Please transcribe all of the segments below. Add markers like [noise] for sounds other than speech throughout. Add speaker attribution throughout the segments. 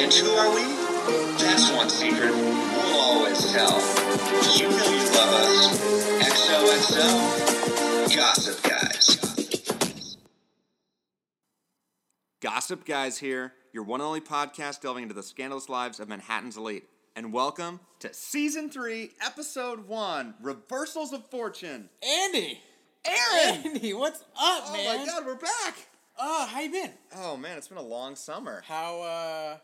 Speaker 1: And who are we? That's one secret we'll always tell. You know you love us. XOXO, Gossip Guys.
Speaker 2: Gossip Guys here, your one and only podcast delving into the scandalous lives of Manhattan's elite. And welcome to Season 3, Episode 1 Reversals of Fortune.
Speaker 3: Andy!
Speaker 2: Aaron!
Speaker 3: Andy, what's up,
Speaker 2: Oh
Speaker 3: man?
Speaker 2: my god, we're back!
Speaker 3: Oh, how you been?
Speaker 2: Oh man, it's been a long summer.
Speaker 3: How uh,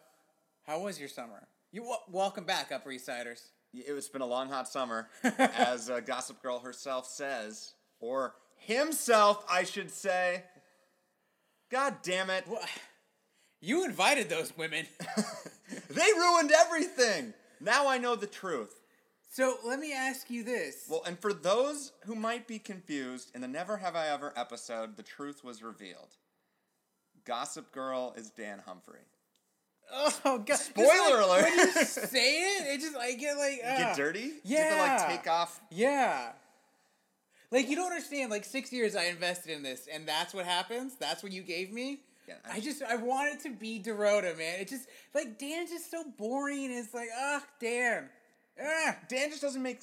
Speaker 3: how was your summer? You w- welcome back, Upper East [laughs] Siders.
Speaker 2: It's been a long, hot summer, as uh, Gossip Girl herself says, or himself, I should say. God damn it.
Speaker 3: Wha- You invited those women.
Speaker 2: They ruined everything! Now I know the truth.
Speaker 3: so let me ask you this.
Speaker 2: Well, and for those who might be confused, in the Never Have I Ever episode, the truth was revealed. Gossip Girl is Dan Humphrey.
Speaker 3: oh god! just
Speaker 2: Spoiler alert.
Speaker 3: like, When you say it, it just I get like uh,
Speaker 2: Get dirty? You have to
Speaker 3: yeah.
Speaker 2: like take off.
Speaker 3: Yeah. Like you don't understand. Like six years I invested in this, and that's what happens. That's what you gave me.
Speaker 2: Yeah, I-
Speaker 3: I just I want it to be Dorota, man. It just like Dan's just so boring. It's like ugh, Dan. Ugh.
Speaker 2: Dan just doesn't make.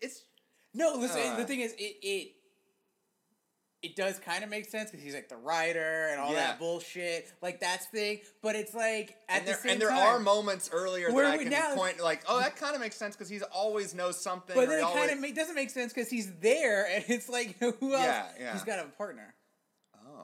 Speaker 2: It's.
Speaker 3: No, listen.
Speaker 2: Uh.
Speaker 3: the thing is, it it it does kind of make sense because he's like the writer and all
Speaker 2: Yeah.
Speaker 3: that bullshit. Like that's thing, but it's like at
Speaker 2: And
Speaker 3: the
Speaker 2: there,
Speaker 3: same
Speaker 2: and there
Speaker 3: time,
Speaker 2: are moments earlier
Speaker 3: Where
Speaker 2: that I
Speaker 3: we-
Speaker 2: can
Speaker 3: now-
Speaker 2: point like, oh, that kind of makes sense because he's always knows something.
Speaker 3: But
Speaker 2: or
Speaker 3: then
Speaker 2: he
Speaker 3: it
Speaker 2: always,
Speaker 3: kind of ma- doesn't make sense because he's there, [laughs] and it's like who else?
Speaker 2: Yeah, yeah.
Speaker 3: He's got a partner. [laughs]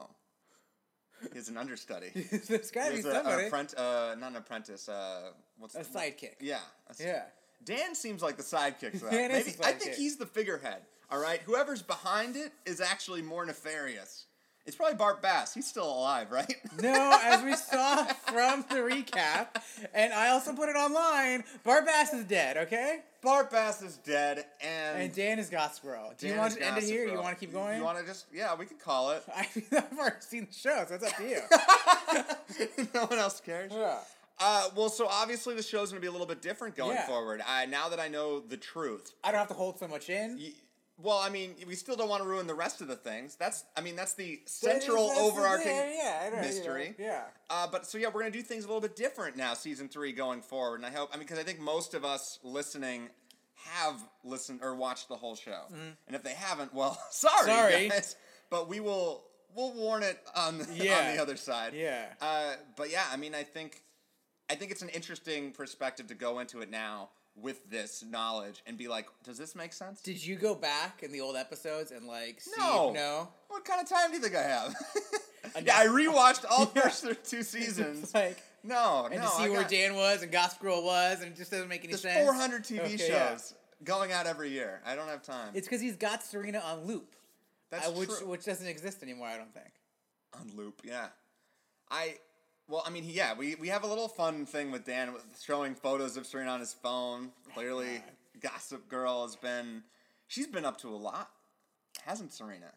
Speaker 2: Oh, he's an understudy.
Speaker 3: There's got to be
Speaker 2: he's a,
Speaker 3: somebody.
Speaker 2: a front, uh, not an apprentice. Uh, what's
Speaker 3: A
Speaker 2: the-
Speaker 3: sidekick.
Speaker 2: Yeah, a s-
Speaker 3: Yeah.
Speaker 2: Dan seems like the sidekick. To that.
Speaker 3: [laughs] Dan is
Speaker 2: Maybe
Speaker 3: the
Speaker 2: I think
Speaker 3: sidekick.
Speaker 2: he's the figurehead. All right, whoever's behind it is actually more nefarious. It's probably Bart Bass. He's still alive, right? [laughs]
Speaker 3: No, as we saw from the recap, and I also put it online, Barbass is dead, okay?
Speaker 2: Bart Bass is dead, and,
Speaker 3: And Dan is Gossip Girl. Do
Speaker 2: Dan
Speaker 3: you want
Speaker 2: is
Speaker 3: to end it
Speaker 2: Gossip
Speaker 3: here? You
Speaker 2: Girl.
Speaker 3: want to keep going?
Speaker 2: You want to just yeah, we could call it.
Speaker 3: [laughs]
Speaker 2: [laughs]
Speaker 3: I mean, I've already seen the show, so it's up to you.
Speaker 2: no one else cares.
Speaker 3: yeah.
Speaker 2: Uh, well, so obviously the show's gonna be a little bit different going
Speaker 3: Yeah.
Speaker 2: forward. I, now that I know the truth,
Speaker 3: I don't have to hold so much in.
Speaker 2: Y- Well, I mean, we still don't want to ruin the rest of the things. That's, I mean, that's the
Speaker 3: But it is-
Speaker 2: central
Speaker 3: that's the
Speaker 2: overarching.
Speaker 3: thing, yeah, I don't- you know,
Speaker 2: mystery.
Speaker 3: yeah.
Speaker 2: Uh, but so yeah, we're gonna do things a little bit different now, season three going forward. And I hope, I mean, because I think most of us listening have listened or watched the whole show, and if they haven't, well, [laughs] sorry,
Speaker 3: Mm-hmm. Sorry.
Speaker 2: guys. But we will, we'll warn it on [laughs] the, on
Speaker 3: Yeah.
Speaker 2: the other side.
Speaker 3: Yeah.
Speaker 2: Uh, but yeah, I mean, I think, I think it's an interesting perspective to go into it now with this knowledge and be like, does this make sense?
Speaker 3: Did you go back in the old episodes and like see?
Speaker 2: No.
Speaker 3: No.
Speaker 2: What kind of time do you think I have? [laughs]
Speaker 3: Enough.
Speaker 2: yeah, I rewatched all
Speaker 3: [laughs]
Speaker 2: the first two seasons.
Speaker 3: It's like
Speaker 2: no,
Speaker 3: [laughs]
Speaker 2: no,
Speaker 3: and to see
Speaker 2: I
Speaker 3: where
Speaker 2: got-
Speaker 3: Dan was and Gossip Girl was, and it just doesn't make any
Speaker 2: there's
Speaker 3: sense.
Speaker 2: 400 TV
Speaker 3: Okay,
Speaker 2: shows
Speaker 3: yeah.
Speaker 2: going out every year. I don't have time.
Speaker 3: It's because he's got Serena on loop,
Speaker 2: That's
Speaker 3: uh, which
Speaker 2: true.
Speaker 3: which doesn't exist anymore. I don't think.
Speaker 2: On loop, yeah. I, well, I mean, he- yeah, we we have a little fun thing with Dan with showing photos of Serena on his phone. Clearly, Gossip Girl has been, she's been up to a lot, hasn't Serena?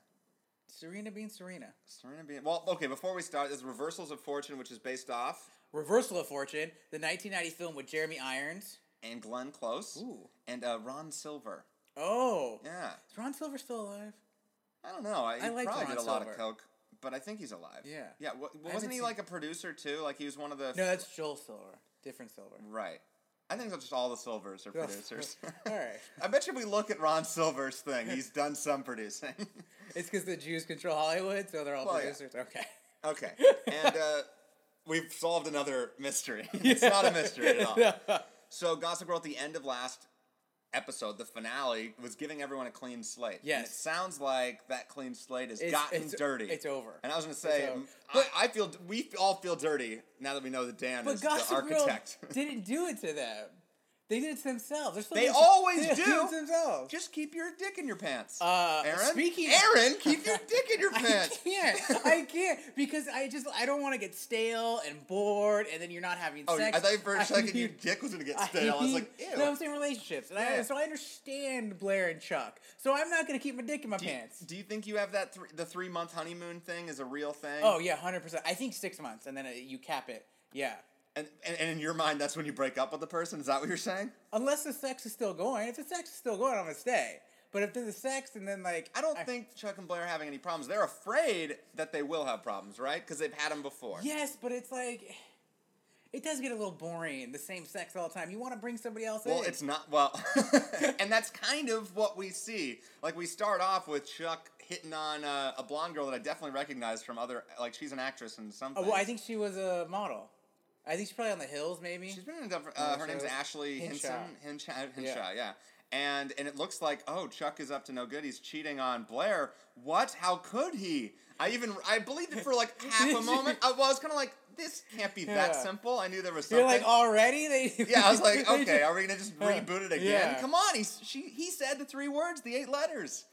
Speaker 3: Serena being Serena.
Speaker 2: Serena being well, okay. Before we start, there's Reversals of Fortune, which is based off
Speaker 3: Reversal of Fortune, the 1990 film with Jeremy Irons.
Speaker 2: and Glenn Close
Speaker 3: Ooh.
Speaker 2: and uh, Ron Silver.
Speaker 3: Oh.
Speaker 2: Yeah,
Speaker 3: Is Ron Silver still alive?
Speaker 2: I don't know. I, he
Speaker 3: liked
Speaker 2: probably
Speaker 3: Ron
Speaker 2: did a lot of
Speaker 3: Silver.
Speaker 2: coke, but I think he's alive.
Speaker 3: Yeah.
Speaker 2: yeah. wa-
Speaker 3: haven't
Speaker 2: wasn't he
Speaker 3: seen-
Speaker 2: like a producer too? Like he was one of the
Speaker 3: No, that's Joel Silver. Different Silver.
Speaker 2: right. I think that's just all the Silvers are [laughs] producers.
Speaker 3: [laughs] All right.
Speaker 2: [laughs] I bet you if we look at Ron Silver's
Speaker 3: [laughs]
Speaker 2: thing, he's done some producing. [laughs]
Speaker 3: It's because the Jews control Hollywood, so they're all
Speaker 2: Well, yeah.
Speaker 3: producers. Okay. [laughs]
Speaker 2: okay, and uh, we've solved another mystery. [laughs] it's not a mystery at all.
Speaker 3: [laughs]
Speaker 2: So Gossip Girl at the end of last episode, the finale, was giving everyone a clean slate. And
Speaker 3: Yes.
Speaker 2: it sounds like that clean slate has
Speaker 3: It's-
Speaker 2: gotten
Speaker 3: it's-
Speaker 2: dirty.
Speaker 3: it's over.
Speaker 2: And I was gonna say,
Speaker 3: It's over.
Speaker 2: m- I-
Speaker 3: But-
Speaker 2: I, feel we all feel dirty now that we know that Dan
Speaker 3: But
Speaker 2: is the
Speaker 3: Gossip Girl
Speaker 2: architect. [laughs]
Speaker 3: didn't do it to them. They did it to themselves. They're still
Speaker 2: They
Speaker 3: doing- [laughs]
Speaker 2: always
Speaker 3: they're doing
Speaker 2: do.
Speaker 3: it to themselves.
Speaker 2: Just keep your dick in your pants,
Speaker 3: Uh,
Speaker 2: Aaron.
Speaker 3: speaking-
Speaker 2: Aaron,
Speaker 3: [laughs]
Speaker 2: keep your dick in your
Speaker 3: I
Speaker 2: pants.
Speaker 3: can't. I can't because I just I don't want to get stale and bored, and then you're not having
Speaker 2: Oh,
Speaker 3: sex.
Speaker 2: I thought for a
Speaker 3: I [laughs]
Speaker 2: second your
Speaker 3: need-
Speaker 2: dick was gonna get stale. I was like,
Speaker 3: need-
Speaker 2: ew.
Speaker 3: [laughs] No, I'm saying relationships, and
Speaker 2: Yeah.
Speaker 3: I, so I understand Blair and Chuck. So I'm not gonna keep my dick in my
Speaker 2: do, you,
Speaker 3: pants.
Speaker 2: do you think you have that? Th- the three month honeymoon thing is a real thing.
Speaker 3: oh yeah, hundred percent. I think six months, and then uh, you cap it. Yeah,
Speaker 2: And, and, and in your mind, that's when you break up with the person. Is that what you're saying?
Speaker 3: unless the sex is still going. If the sex is still going, I'm gonna stay. But if there's a sex and then like
Speaker 2: I don't think Chuck and Blair are having any problems. They're afraid that they will have problems, right? Because they've had them before.
Speaker 3: Yes, but it's like It does get a little boring, the same sex all the time. You want to bring somebody else
Speaker 2: Well,
Speaker 3: in.
Speaker 2: it's not well, [laughs] and that's kind of what we see. Like we start off with Chuck hitting on uh, a blonde girl that I definitely recognize from other. Like she's an actress in something.
Speaker 3: Oh, well, I think she was a model. I think she's probably on the hills, maybe.
Speaker 2: she's been in different. Uh, her
Speaker 3: so-
Speaker 2: name's Ashley Hinson.
Speaker 3: Hinshaw.
Speaker 2: Hinshaw. Hinshaw. Yeah. And and it looks like oh Chuck is up to no good. He's cheating on Blair. What? How could he? I even I believed it for
Speaker 3: [laughs]
Speaker 2: like half a moment. I, well, I was kind of like this can't be that
Speaker 3: Yeah.
Speaker 2: simple. I knew there was something.
Speaker 3: You're like already [laughs] they.
Speaker 2: Yeah, I was like,
Speaker 3: they
Speaker 2: okay,
Speaker 3: just-
Speaker 2: are we gonna just reboot it again?
Speaker 3: [laughs] Yeah.
Speaker 2: Come on, he she he said the three words, the eight letters,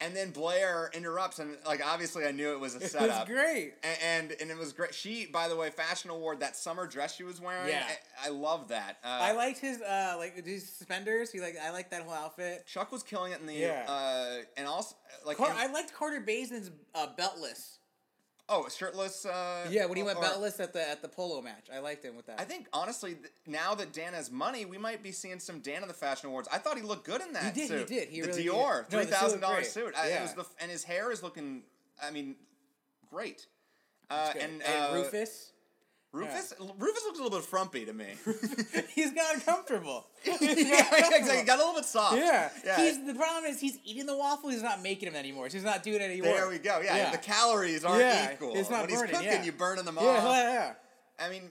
Speaker 2: and then Blair interrupts, and like obviously I knew it was a
Speaker 3: It
Speaker 2: setup.
Speaker 3: was great.
Speaker 2: A- And, and it was great. She, by the way, fashion award that summer dress she was wearing.
Speaker 3: Yeah.
Speaker 2: I, I love that. Uh,
Speaker 3: I liked his uh like these suspenders. He like I liked that whole outfit.
Speaker 2: Chuck was killing it in the
Speaker 3: Yeah.
Speaker 2: uh, and also like
Speaker 3: Car-
Speaker 2: in-
Speaker 3: I liked Carter Basin's uh, beltless.
Speaker 2: oh shirtless. Uh,
Speaker 3: Yeah, when he went
Speaker 2: or-
Speaker 3: beltless at the at the polo match, I liked him with that.
Speaker 2: I think honestly, th- now that Dan has money, we might be seeing some Dan in the fashion awards. I thought he looked good in that.
Speaker 3: He did, he
Speaker 2: suit.
Speaker 3: did, he
Speaker 2: the
Speaker 3: really did.
Speaker 2: Dior
Speaker 3: No,
Speaker 2: three
Speaker 3: the suit
Speaker 2: thousand
Speaker 3: looked
Speaker 2: dollars
Speaker 3: great.
Speaker 2: suit. I, it was
Speaker 3: Yeah.
Speaker 2: the, and his hair is looking. I mean, great. Uh,
Speaker 3: Good.
Speaker 2: and uh, [laughs]
Speaker 3: Rufus, [laughs]
Speaker 2: Rufus, Rufus looks a little bit frumpy to me. [laughs]
Speaker 3: he's got comfortable. yeah,
Speaker 2: yeah, exactly. He got a little bit soft.
Speaker 3: [laughs] Yeah.
Speaker 2: yeah.
Speaker 3: He's the problem is he's eating the waffle. He's not making them anymore. He's not doing it anymore.
Speaker 2: there we go. Yeah,
Speaker 3: Yeah.
Speaker 2: the calories aren't
Speaker 3: Yeah,
Speaker 2: equal.
Speaker 3: it's not
Speaker 2: when
Speaker 3: burning,
Speaker 2: he's cooking,
Speaker 3: yeah.
Speaker 2: you burning them off.
Speaker 3: Yeah, yeah,
Speaker 2: I mean,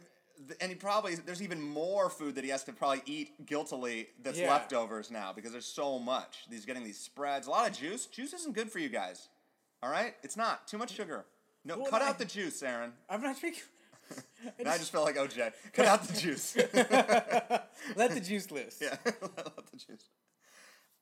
Speaker 2: th- and he probably there's even more food that he has to probably eat guiltily that's
Speaker 3: Yeah.
Speaker 2: leftovers now because there's so much. He's getting these spreads, a lot of juice. Juice isn't good for you guys. All right, it's not too much sugar. No,
Speaker 3: Well,
Speaker 2: cut
Speaker 3: I-
Speaker 2: out the juice, Aaron.
Speaker 3: I'm not
Speaker 2: [laughs]
Speaker 3: drinking.
Speaker 2: And I just [laughs] felt like OJ. Cut out the juice. [laughs] yeah,
Speaker 3: [laughs] Let the juice loose.
Speaker 2: cut out the juice.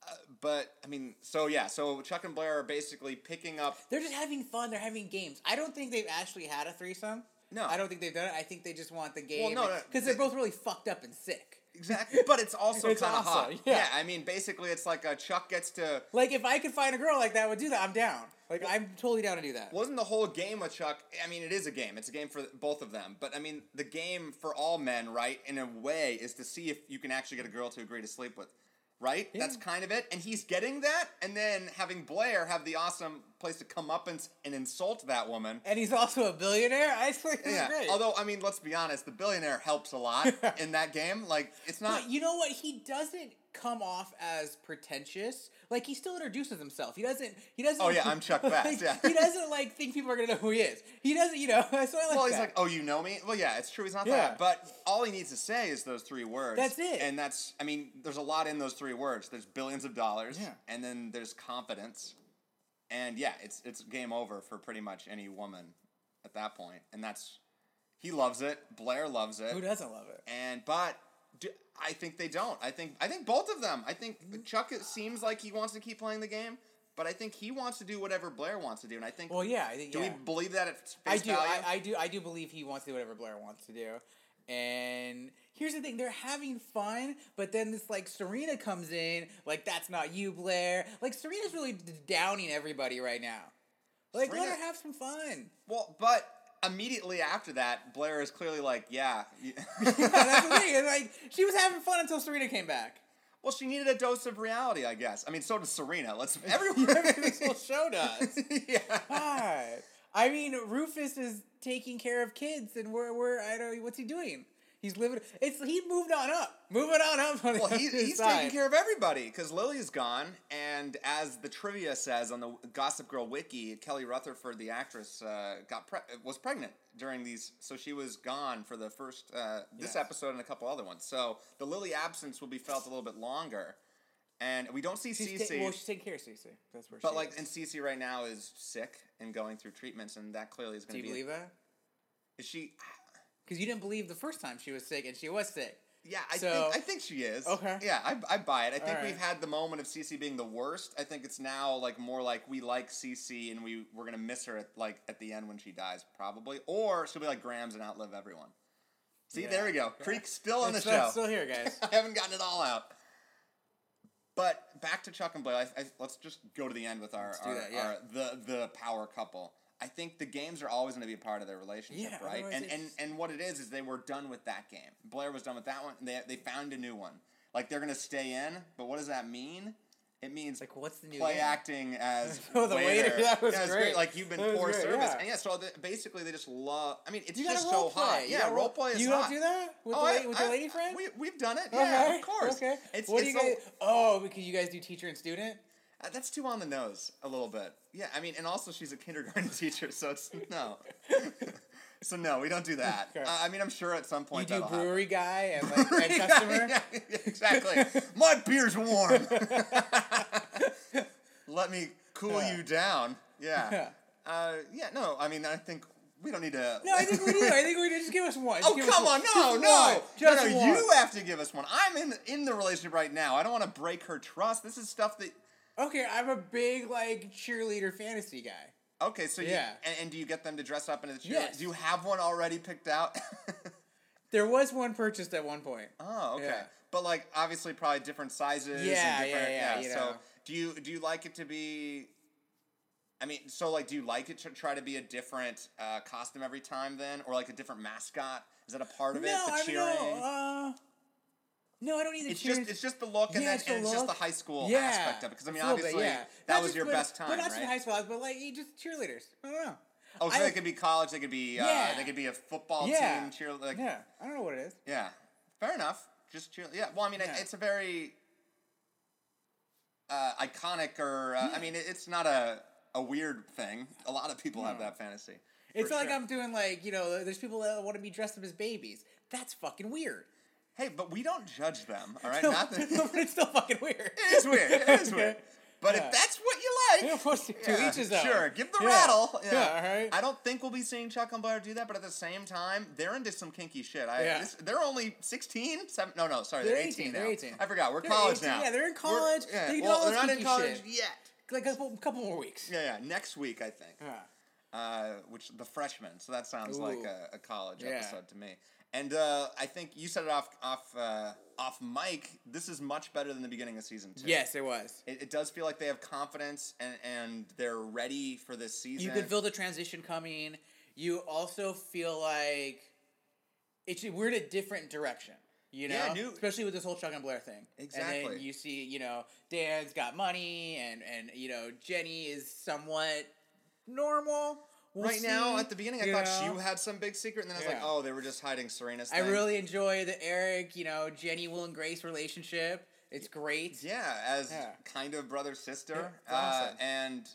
Speaker 2: Uh, But I mean, so yeah, so Chuck and Blair are basically picking up.
Speaker 3: They're just having fun. They're having games. I don't think they've actually had a threesome.
Speaker 2: No.
Speaker 3: I don't think they've done it. I think they just want the game.
Speaker 2: no, no,
Speaker 3: because they're both really fucked up and sick.
Speaker 2: Exactly, but it's also
Speaker 3: It's
Speaker 2: kind of
Speaker 3: awesome,
Speaker 2: hot.
Speaker 3: yeah.
Speaker 2: yeah, I mean, basically, it's like uh Chuck gets to
Speaker 3: Like if I could find a girl like that would do that, I'm down. Like I'm totally down to do that.
Speaker 2: wasn't the whole game with Chuck. I mean, it is a game. It's a game for both of them. But I mean, the game for all men, right? In a way, is to see if you can actually get a girl to agree to sleep with, right? That's kind of it. And he's getting that, and then having Blair have the awesome place to come up and, s- and insult that woman.
Speaker 3: And he's also a billionaire. I just like this is
Speaker 2: Yeah.
Speaker 3: great.
Speaker 2: Although, I mean, let's be honest, the billionaire helps a
Speaker 3: [laughs]
Speaker 2: lot in that game. Like, it's not.
Speaker 3: But you know what? He doesn't come off as pretentious. Like he still introduces himself. He doesn't. He doesn't.
Speaker 2: Oh, yeah, I'm
Speaker 3: [laughs]
Speaker 2: Chuck Bass,
Speaker 3: like,
Speaker 2: yeah.
Speaker 3: he doesn't like think people are gonna know who he is. He doesn't. You know. [laughs] So I like
Speaker 2: well,
Speaker 3: that.
Speaker 2: he's like, oh, you know me? Well, yeah, it's true. He's not
Speaker 3: Yeah.
Speaker 2: that. But all he needs to say is those three words.
Speaker 3: That's it.
Speaker 2: And that's, I mean, there's a lot in those three words. There's billions of dollars.
Speaker 3: Yeah.
Speaker 2: And then there's confidence. And yeah, it's it's game over for pretty much any woman at that point. And that's, he loves it. Blair loves it.
Speaker 3: who doesn't love it?
Speaker 2: And but do, I think they don't. I think I think both of them. I
Speaker 3: Mm-hmm.
Speaker 2: think Chuck it seems like he wants to keep playing the game, but I think he wants to do whatever Blair wants to do. And I think
Speaker 3: Well, yeah. I think.
Speaker 2: do
Speaker 3: yeah.
Speaker 2: we believe that at face
Speaker 3: I do.
Speaker 2: value?
Speaker 3: I, I do. I do believe he wants to do whatever Blair wants to do. And here's the thing: they're having fun, but then this like Serena comes in, like that's not you, Blair. Like Serena's really d- downing everybody right now. Like let
Speaker 2: Serena-
Speaker 3: her have some fun. [laughs]
Speaker 2: Well, but immediately after that, Blair is clearly like, yeah. [laughs]
Speaker 3: [laughs]
Speaker 2: you-
Speaker 3: Yeah, that's the thing. It's like she was having fun until Serena came back.
Speaker 2: well, she needed a dose of reality, I guess. I mean, so does Serena.
Speaker 3: [laughs]
Speaker 2: Let's everyone.
Speaker 3: This whole show does. [laughs]
Speaker 2: yeah.
Speaker 3: God. I mean, Rufus is taking care of kids, and we're we're I don't what's he doing? He's living. It's he moved on up, moving on up.
Speaker 2: [laughs]
Speaker 3: On
Speaker 2: Well,
Speaker 3: the
Speaker 2: he,
Speaker 3: other
Speaker 2: he's taking
Speaker 3: side.
Speaker 2: care of everybody because Lily's gone, and as the trivia says on the Gossip Girl wiki, Kelly Rutherford, the actress, uh, got pre- was pregnant during these, so she was gone for the first uh, this
Speaker 3: Yes.
Speaker 2: episode and a couple other ones. So the Lily absence will be felt a little bit longer, and we don't see
Speaker 3: She's
Speaker 2: Cece.
Speaker 3: ta- well, she's taking care of Cece. That's where.
Speaker 2: But
Speaker 3: she
Speaker 2: like,
Speaker 3: is.
Speaker 2: and Cece right now is sick and going through treatments, and that clearly is
Speaker 3: do
Speaker 2: going
Speaker 3: you
Speaker 2: to be.
Speaker 3: believe that?
Speaker 2: Is she?
Speaker 3: Because you didn't believe the first time she was sick, and she was sick.
Speaker 2: Yeah, I
Speaker 3: So-
Speaker 2: think I think she is.
Speaker 3: Okay.
Speaker 2: Yeah, I, I buy it. I think
Speaker 3: Alright.
Speaker 2: we've had the moment of Cece being the worst. I think it's now like more like we like Cece and we we're gonna miss her at like at the end when she dies probably, or she'll be like Grams and outlive everyone. See,
Speaker 3: Yeah.
Speaker 2: there we go. Creek's still on the
Speaker 3: It's
Speaker 2: show.
Speaker 3: still, still
Speaker 2: [laughs]
Speaker 3: here, guys.
Speaker 2: I haven't gotten it all out. But back to Chuck and Blair. I, I, let's just go to the end with our,
Speaker 3: do
Speaker 2: our,
Speaker 3: that, yeah.
Speaker 2: our- the the power couple. I think the games are always going to be a part of their relationship,
Speaker 3: Yeah,
Speaker 2: right?
Speaker 3: otherwise
Speaker 2: And
Speaker 3: it's
Speaker 2: and
Speaker 3: just-
Speaker 2: and what it is is they were done with that game. Blair was done with that one. And they they found a new one. Like they're going to stay in, but what does that mean? It means
Speaker 3: Like, what's the new
Speaker 2: play
Speaker 3: game?
Speaker 2: acting as
Speaker 3: [laughs] Oh, the
Speaker 2: waiter.
Speaker 3: waiter, that was
Speaker 2: yeah, it's
Speaker 3: great.
Speaker 2: Like you've been
Speaker 3: That was
Speaker 2: poor
Speaker 3: great,
Speaker 2: service,
Speaker 3: yeah.
Speaker 2: and yeah. So the, basically, they just love. I mean, it's
Speaker 3: You
Speaker 2: just
Speaker 3: gotta
Speaker 2: so
Speaker 3: role
Speaker 2: hot.
Speaker 3: play. You
Speaker 2: Yeah,
Speaker 3: gotta
Speaker 2: role play is
Speaker 3: You
Speaker 2: hot.
Speaker 3: don't do that with
Speaker 2: Oh,
Speaker 3: the,
Speaker 2: I-
Speaker 3: la- with the
Speaker 2: I-
Speaker 3: lady friend.
Speaker 2: We, we've done it. Yeah,
Speaker 3: okay.
Speaker 2: of course.
Speaker 3: Okay.
Speaker 2: It's,
Speaker 3: what
Speaker 2: it's
Speaker 3: do you
Speaker 2: so-
Speaker 3: guys? Oh, because you guys do teacher and student.
Speaker 2: Uh, That's too on the nose a little bit. Yeah, I mean, and also she's a kindergarten [laughs] teacher, so it's no. [laughs] so no, we don't do that.
Speaker 3: Okay.
Speaker 2: Uh, I mean, I'm sure at some
Speaker 3: You
Speaker 2: point
Speaker 3: do
Speaker 2: that'll
Speaker 3: brewery guy
Speaker 2: [laughs]
Speaker 3: and like
Speaker 2: happen.
Speaker 3: and customer.
Speaker 2: Yeah, yeah, exactly. My beer's warm. [laughs] Let me cool
Speaker 3: Yeah.
Speaker 2: you down. Yeah.
Speaker 3: Yeah.
Speaker 2: Uh, yeah. No, I mean, I think we don't need to.
Speaker 3: No, I think we do. I think we do. Just give us one. Just
Speaker 2: Oh
Speaker 3: give us
Speaker 2: come
Speaker 3: one.
Speaker 2: on! No,
Speaker 3: Just
Speaker 2: no,
Speaker 3: one. Just
Speaker 2: no, no!
Speaker 3: one.
Speaker 2: You have to give us one. I'm in in the relationship right now. I don't want to break her trust. This is stuff that
Speaker 3: Okay, I'm a big like cheerleader fantasy guy.
Speaker 2: Okay, so yeah,
Speaker 3: Yeah.
Speaker 2: you, and, and do you get them to dress up in a cheer?
Speaker 3: Yes.
Speaker 2: Do you have one already picked out? [laughs]
Speaker 3: There was one purchased at one point.
Speaker 2: oh, okay.
Speaker 3: Yeah.
Speaker 2: But like, obviously, probably different sizes.
Speaker 3: Yeah, yeah,
Speaker 2: and different,
Speaker 3: yeah, you
Speaker 2: so,
Speaker 3: know.
Speaker 2: do you do you like it to be? I mean, so like, do you like it to try to be a different uh, costume every time, then, or like a different mascot? Is that a part of
Speaker 3: No,
Speaker 2: it?
Speaker 3: I
Speaker 2: The
Speaker 3: mean,
Speaker 2: cheering.
Speaker 3: no. Uh, no, I don't need the
Speaker 2: it's
Speaker 3: cheering.
Speaker 2: just it's just the look, and
Speaker 3: Yeah,
Speaker 2: then
Speaker 3: it's
Speaker 2: it's,
Speaker 3: the
Speaker 2: and it's just the
Speaker 3: look.
Speaker 2: high school
Speaker 3: yeah.
Speaker 2: aspect of it. Because I mean,
Speaker 3: a little bit,
Speaker 2: obviously,
Speaker 3: yeah.
Speaker 2: that
Speaker 3: Not
Speaker 2: was
Speaker 3: just-
Speaker 2: your
Speaker 3: but-
Speaker 2: best time,
Speaker 3: But not just
Speaker 2: right?
Speaker 3: high school, but like you just cheerleaders. I don't know.
Speaker 2: oh, so
Speaker 3: I-
Speaker 2: they could be college. They could be uh,
Speaker 3: Yeah.
Speaker 2: they could be a football
Speaker 3: Yeah.
Speaker 2: team cheer. Like,
Speaker 3: yeah, I don't know what it is.
Speaker 2: Yeah, fair enough. Just chill. Yeah. Well, I mean, it-
Speaker 3: Yeah.
Speaker 2: it's a very uh, iconic, or uh, I mean, it, it's not a a weird thing. A lot of people have that fantasy.
Speaker 3: It's
Speaker 2: for
Speaker 3: not like
Speaker 2: sure.
Speaker 3: I'm doing like you know. There's people that want to be dressed up as babies. That's fucking weird.
Speaker 2: Hey, but we don't judge them. All right.
Speaker 3: [laughs] No,
Speaker 2: Uh, not that,
Speaker 3: no, but it's still fucking weird.
Speaker 2: [laughs] it is weird. It is weird.
Speaker 3: Okay.
Speaker 2: But
Speaker 3: [laughs] Yeah.
Speaker 2: if that's what
Speaker 3: You
Speaker 2: you
Speaker 3: know,
Speaker 2: like.
Speaker 3: what's to
Speaker 2: yeah,
Speaker 3: each his own.
Speaker 2: Sure, give the
Speaker 3: Yeah.
Speaker 2: rattle. Yeah.
Speaker 3: Yeah, all right.
Speaker 2: I don't think we'll be seeing Chuck and Blair do that, but at the same time, they're into some kinky shit. I,
Speaker 3: Yeah.
Speaker 2: this, they're only 16? Seven, no, no, sorry, they're,
Speaker 3: They're
Speaker 2: 18,
Speaker 3: 18,
Speaker 2: now.
Speaker 3: they're 18.
Speaker 2: I forgot, we're
Speaker 3: They're
Speaker 2: college
Speaker 3: 18,
Speaker 2: now.
Speaker 3: yeah, they're in
Speaker 2: We're-
Speaker 3: college.
Speaker 2: yeah,
Speaker 3: They do
Speaker 2: well,
Speaker 3: all
Speaker 2: they're
Speaker 3: this
Speaker 2: not in
Speaker 3: kinky
Speaker 2: college
Speaker 3: shit.
Speaker 2: yet.
Speaker 3: like a couple, couple more weeks.
Speaker 2: Yeah, yeah. Next week, I think.
Speaker 3: Yeah.
Speaker 2: Uh, which the freshmen. So that sounds like
Speaker 3: Ooh.
Speaker 2: a, a college
Speaker 3: Yeah.
Speaker 2: episode to me. And uh, I think you said it off off uh, off mic. This is much better than the beginning of season two.
Speaker 3: Yes, it was.
Speaker 2: It, it does feel like they have confidence and, and they're ready for this season.
Speaker 3: You could feel the transition coming. You also feel like it's we're in a different direction. You know,
Speaker 2: Yeah, new-
Speaker 3: especially with this whole Chuck and Blair thing. And
Speaker 2: Exactly.
Speaker 3: then you see, you know, Dan's got money, and and you know Jenny is somewhat normal. We'll
Speaker 2: right now,
Speaker 3: see,
Speaker 2: at the beginning, I
Speaker 3: you
Speaker 2: thought
Speaker 3: know?
Speaker 2: you had some big secret, and then I was like,
Speaker 3: Yeah.
Speaker 2: oh, they were just hiding Serena's.
Speaker 3: I
Speaker 2: thing.
Speaker 3: really enjoy the Eric, you know, Jenny, Will, and Grace relationship. It's great.
Speaker 2: Yeah, as
Speaker 3: Yeah.
Speaker 2: kind of brother sister,
Speaker 3: Yeah,
Speaker 2: uh,
Speaker 3: awesome.
Speaker 2: and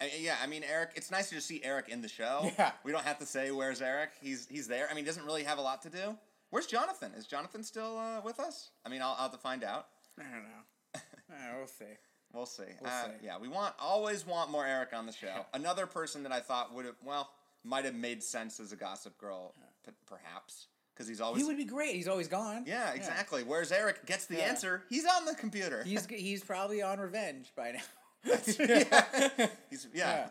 Speaker 2: uh, yeah, I mean Eric. It's nice to just see Eric in the show.
Speaker 3: Yeah.
Speaker 2: we don't have to say where's Eric. He's he's there. I mean, he doesn't really have a lot to do. Where's Jonathan? Is Jonathan still uh, with us? I mean, I'll, I'll have to find out.
Speaker 3: I don't
Speaker 2: [laughs]
Speaker 3: know. I we'll see.
Speaker 2: We'll see.
Speaker 3: We'll
Speaker 2: uh,
Speaker 3: see.
Speaker 2: Yeah, we want always want more Eric on the show. Another person that I thought would have well might have made sense as a Gossip Girl, p- perhaps because he's always
Speaker 3: He would be great. He's always gone.
Speaker 2: yeah exactly. Where's Eric? Gets the
Speaker 3: Yeah.
Speaker 2: answer. He's on the computer.
Speaker 3: He's he's probably on revenge by now. [laughs]
Speaker 2: yeah. He's, yeah.
Speaker 3: Yeah.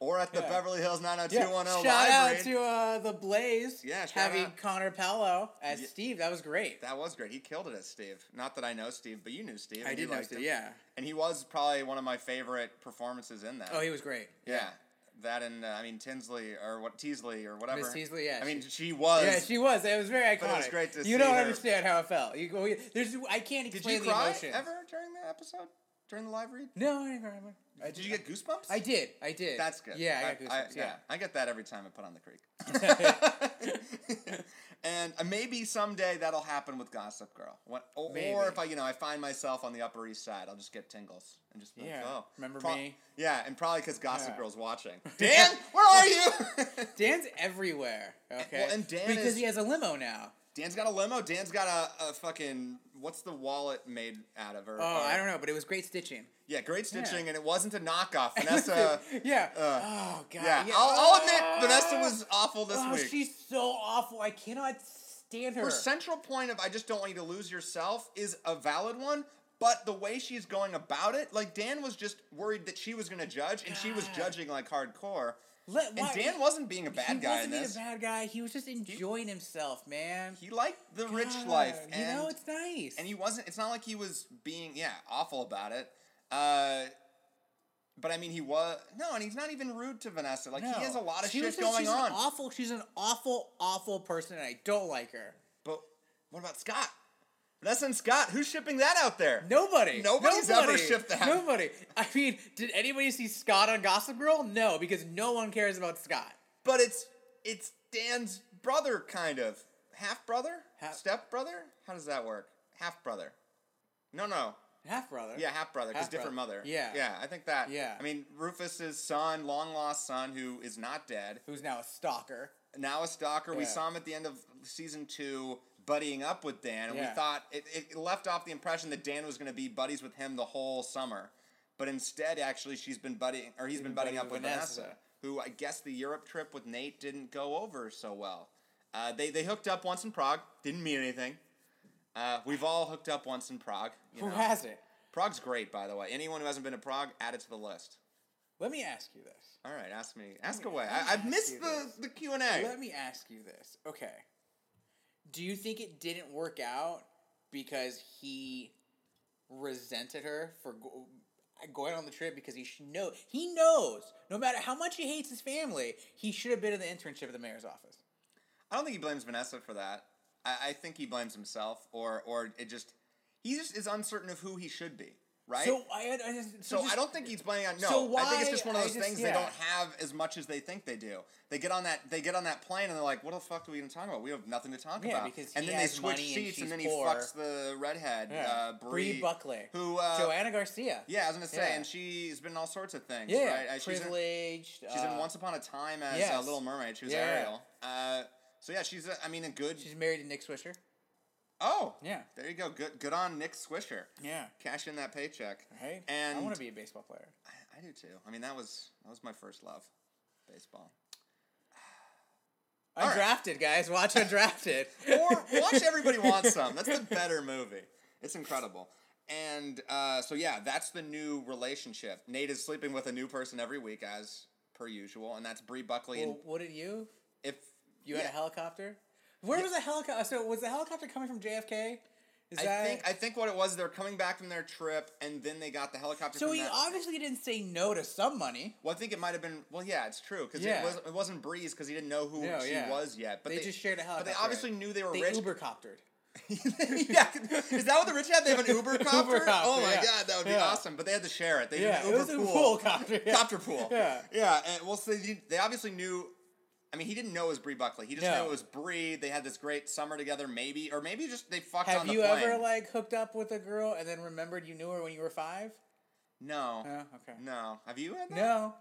Speaker 2: Or at the
Speaker 3: Yeah.
Speaker 2: Beverly Hills
Speaker 3: Yeah.
Speaker 2: 90210
Speaker 3: Shout
Speaker 2: library.
Speaker 3: out to uh, the Blaze.
Speaker 2: Yeah, shout
Speaker 3: having
Speaker 2: out.
Speaker 3: Connor Pello as
Speaker 2: Ye-
Speaker 3: Steve. That was great.
Speaker 2: that was great. He killed it as Steve. Not that I know Steve, but you knew Steve.
Speaker 3: I
Speaker 2: and you
Speaker 3: did know
Speaker 2: liked
Speaker 3: Steve.
Speaker 2: him.
Speaker 3: Yeah.
Speaker 2: And he was probably one of my favorite performances in that.
Speaker 3: Oh, he was great.
Speaker 2: yeah. That and, uh, I mean, Tinsley or what, Teasley or whatever.
Speaker 3: Miss Teasley, yeah,
Speaker 2: I mean,
Speaker 3: she-
Speaker 2: she was.
Speaker 3: Yeah, she was. It was very iconic.
Speaker 2: But it was great to
Speaker 3: you
Speaker 2: see
Speaker 3: don't
Speaker 2: her.
Speaker 3: understand how it felt. You go. There's. I can't
Speaker 2: Did
Speaker 3: explain
Speaker 2: you cry
Speaker 3: the emotion.
Speaker 2: ever during the episode? During the live read?
Speaker 3: No, I didn't cry. I
Speaker 2: Did you get goosebumps?
Speaker 3: Uh, I did. I did.
Speaker 2: That's good.
Speaker 3: Yeah, I got goosebumps. yeah.
Speaker 2: I get that every time I put on the
Speaker 3: [laughs]
Speaker 2: creek. [laughs] and uh, maybe someday that'll happen with Gossip Girl. What, or,
Speaker 3: Maybe.
Speaker 2: or if I, you know, I find myself on the Upper East Side, I'll just get tingles and just be like,
Speaker 3: Yeah.
Speaker 2: oh,
Speaker 3: Remember
Speaker 2: Pro-
Speaker 3: me?
Speaker 2: Yeah, and probably because Gossip
Speaker 3: Yeah.
Speaker 2: Girl's watching.
Speaker 3: [laughs]
Speaker 2: Dan, where are you?
Speaker 3: Dan's everywhere. Okay.
Speaker 2: and Dan
Speaker 3: because
Speaker 2: is-
Speaker 3: he has a limo now.
Speaker 2: Dan's got a limo. Dan's got a, a fucking what's the wallet made out of? Or,
Speaker 3: Oh,
Speaker 2: or-
Speaker 3: I don't know, but it was great stitching.
Speaker 2: Yeah, great stitching,
Speaker 3: Yeah.
Speaker 2: and it wasn't a
Speaker 3: [laughs]
Speaker 2: knockoff. Vanessa.
Speaker 3: yeah.
Speaker 2: uh,
Speaker 3: oh God.
Speaker 2: Yeah, I'll, I'll admit,
Speaker 3: Ah!
Speaker 2: Vanessa was awful this
Speaker 3: oh,
Speaker 2: week.
Speaker 3: she's so awful. I cannot stand her.
Speaker 2: her central point of I just don't want you to lose yourself is a valid one, but the way she's going about it, like Dan was just worried that she was going to judge and she was
Speaker 3: God.
Speaker 2: judging like hardcore.
Speaker 3: Let-
Speaker 2: And
Speaker 3: why-
Speaker 2: Dan wasn't being a bad
Speaker 3: he
Speaker 2: guy
Speaker 3: wasn't
Speaker 2: in
Speaker 3: being
Speaker 2: this.
Speaker 3: a bad guy. He was just enjoying himself, man.
Speaker 2: he liked the rich
Speaker 3: God,
Speaker 2: life and
Speaker 3: you know, it's nice.
Speaker 2: and he wasn't it's not like he was being yeah, awful about it. Uh but I mean, he was no, and he's not even rude to Vanessa. Like
Speaker 3: No.
Speaker 2: he has a lot of
Speaker 3: She was
Speaker 2: shit
Speaker 3: just-
Speaker 2: going
Speaker 3: she's
Speaker 2: on.
Speaker 3: An awful. She's an awful, awful person, and I don't like her.
Speaker 2: but what about Scott? Vanessa and Scott, who's shipping that out there?
Speaker 3: Nobody.
Speaker 2: Nobody's
Speaker 3: Nobody.
Speaker 2: ever shipped that.
Speaker 3: Nobody. I mean, did anybody see Scott on Gossip Girl? No, because no one cares about Scott.
Speaker 2: But it's it's Dan's brother, kind of half brother,
Speaker 3: Half-
Speaker 2: step brother. How does that work? Half brother. No, no.
Speaker 3: Half brother.
Speaker 2: Yeah, half brother, because
Speaker 3: Half-brother.
Speaker 2: different mother.
Speaker 3: Yeah.
Speaker 2: yeah. I think that.
Speaker 3: Yeah.
Speaker 2: I mean, Rufus's son, long lost son, who is not dead,
Speaker 3: Who's now a stalker.
Speaker 2: now a stalker. We
Speaker 3: Yeah.
Speaker 2: saw him at the end of season two, buddying up with Dan, and we
Speaker 3: Yeah.
Speaker 2: thought it, it left off the impression that Dan was going to be buddies with him the whole summer, but instead, actually, she's been buddying, or he's been, buddying
Speaker 3: buddying
Speaker 2: up with
Speaker 3: with
Speaker 2: Vanessa.
Speaker 3: Vanessa.
Speaker 2: who I guess the Europe trip with Nate didn't go over so well. Uh, they they hooked up once in Prague, didn't mean anything. Uh, we've all hooked up once in Prague. you
Speaker 3: Who
Speaker 2: know.
Speaker 3: has it?
Speaker 2: Prague's great, by the way. Anyone who hasn't been to Prague, add it to the list.
Speaker 3: Let me ask you this.
Speaker 2: All right, ask me, ask away.
Speaker 3: let me
Speaker 2: I, I've
Speaker 3: ask you
Speaker 2: missed the
Speaker 3: this.
Speaker 2: the Q and A.
Speaker 3: Let me ask you this. Okay. Do you think it didn't work out because he resented her for go- going on the trip because he should know he knows no matter how much he hates his family, he should have been in the internship at the mayor's office.
Speaker 2: I don't think he blames Vanessa for that. I, I think he blames himself, or or it just he just is uncertain of who he should be, right?
Speaker 3: so
Speaker 2: So,
Speaker 3: I, I just, so, just-
Speaker 2: I don't think he's blaming on no.
Speaker 3: so
Speaker 2: I think
Speaker 3: why-
Speaker 2: it's just one of
Speaker 3: I
Speaker 2: those
Speaker 3: just-
Speaker 2: things
Speaker 3: yeah.
Speaker 2: they don't have as much as they think they do. They get on that they get on that plane and they're like, "What the fuck are we even talking about? We have nothing to talk
Speaker 3: Yeah,
Speaker 2: about."
Speaker 3: because
Speaker 2: and
Speaker 3: he
Speaker 2: then they
Speaker 3: has
Speaker 2: switch
Speaker 3: money and
Speaker 2: seats,
Speaker 3: she's
Speaker 2: and, then
Speaker 3: poor.
Speaker 2: he fucks the redhead,
Speaker 3: yeah.
Speaker 2: uh,
Speaker 3: Bree,
Speaker 2: Bree
Speaker 3: Buckley,
Speaker 2: who uh,
Speaker 3: Joanna Garcia.
Speaker 2: Yeah, I was gonna say,
Speaker 3: Yeah.
Speaker 2: and she's been in all sorts of things.
Speaker 3: yeah,
Speaker 2: right? Uh, she's in-
Speaker 3: privileged.
Speaker 2: She's in
Speaker 3: uh,
Speaker 2: Once Upon a Time as uh,
Speaker 3: yes.
Speaker 2: Little Mermaid. She was
Speaker 3: Yeah.
Speaker 2: Ariel. Uh, so yeah, she's a, I mean a good.
Speaker 3: She's married to Nick Swisher.
Speaker 2: oh
Speaker 3: Yeah.
Speaker 2: there you go. Good good on Nick Swisher.
Speaker 3: Yeah.
Speaker 2: Cash in that paycheck.
Speaker 3: Right.
Speaker 2: And
Speaker 3: I want to be a baseball player.
Speaker 2: I, I do too. I mean that was that was my first love, baseball. right.
Speaker 3: Undrafted, guys. Watch Undrafted.
Speaker 2: Or watch Everybody
Speaker 3: [laughs]
Speaker 2: Wants Some. That's the better movie. It's incredible. And uh, so yeah, that's the new relationship. Nate is sleeping with a new person every week as per usual, and that's Bree Buckley.
Speaker 3: Well,
Speaker 2: and
Speaker 3: wouldn't you?
Speaker 2: if
Speaker 3: You had a
Speaker 2: yeah.
Speaker 3: helicopter. Where was the helicopter? So was the helicopter coming from JFK? Is
Speaker 2: I think I think what it was they're coming back from their trip and then they got the helicopter.
Speaker 3: so
Speaker 2: from
Speaker 3: he
Speaker 2: that-
Speaker 3: obviously didn't say no to some money.
Speaker 2: Well, I think it might have been. Well, yeah, it's true because
Speaker 3: Yeah.
Speaker 2: it, was, it wasn't Breeze because he didn't know who
Speaker 3: No,
Speaker 2: she
Speaker 3: yeah.
Speaker 2: was yet. But
Speaker 3: They just shared a
Speaker 2: But they
Speaker 3: helicopter,
Speaker 2: obviously
Speaker 3: right?
Speaker 2: knew they were
Speaker 3: They
Speaker 2: rich.
Speaker 3: [laughs] Uber-coptered.
Speaker 2: [laughs] yeah, is that what the rich had? They have an
Speaker 3: [laughs]
Speaker 2: Uber copter. oh
Speaker 3: Ubercopter,
Speaker 2: my
Speaker 3: yeah.
Speaker 2: god, that would be
Speaker 3: Yeah.
Speaker 2: awesome. But they had to share it. They
Speaker 3: Yeah,
Speaker 2: had
Speaker 3: it
Speaker 2: an Uber
Speaker 3: was a
Speaker 2: pool.
Speaker 3: pool copter. Yeah.
Speaker 2: Copter pool.
Speaker 3: Yeah.
Speaker 2: yeah. And well, so they, they obviously knew. I mean, he didn't know it was Bree Buckley. He just
Speaker 3: No.
Speaker 2: knew it was Bree. They had this great summer together, maybe, or maybe just they fucked on
Speaker 3: Have
Speaker 2: the
Speaker 3: you
Speaker 2: plane.
Speaker 3: ever like hooked up with a girl and then remembered you knew her when you were five?
Speaker 2: no,
Speaker 3: Oh, okay.
Speaker 2: no. Have you had that?
Speaker 3: No.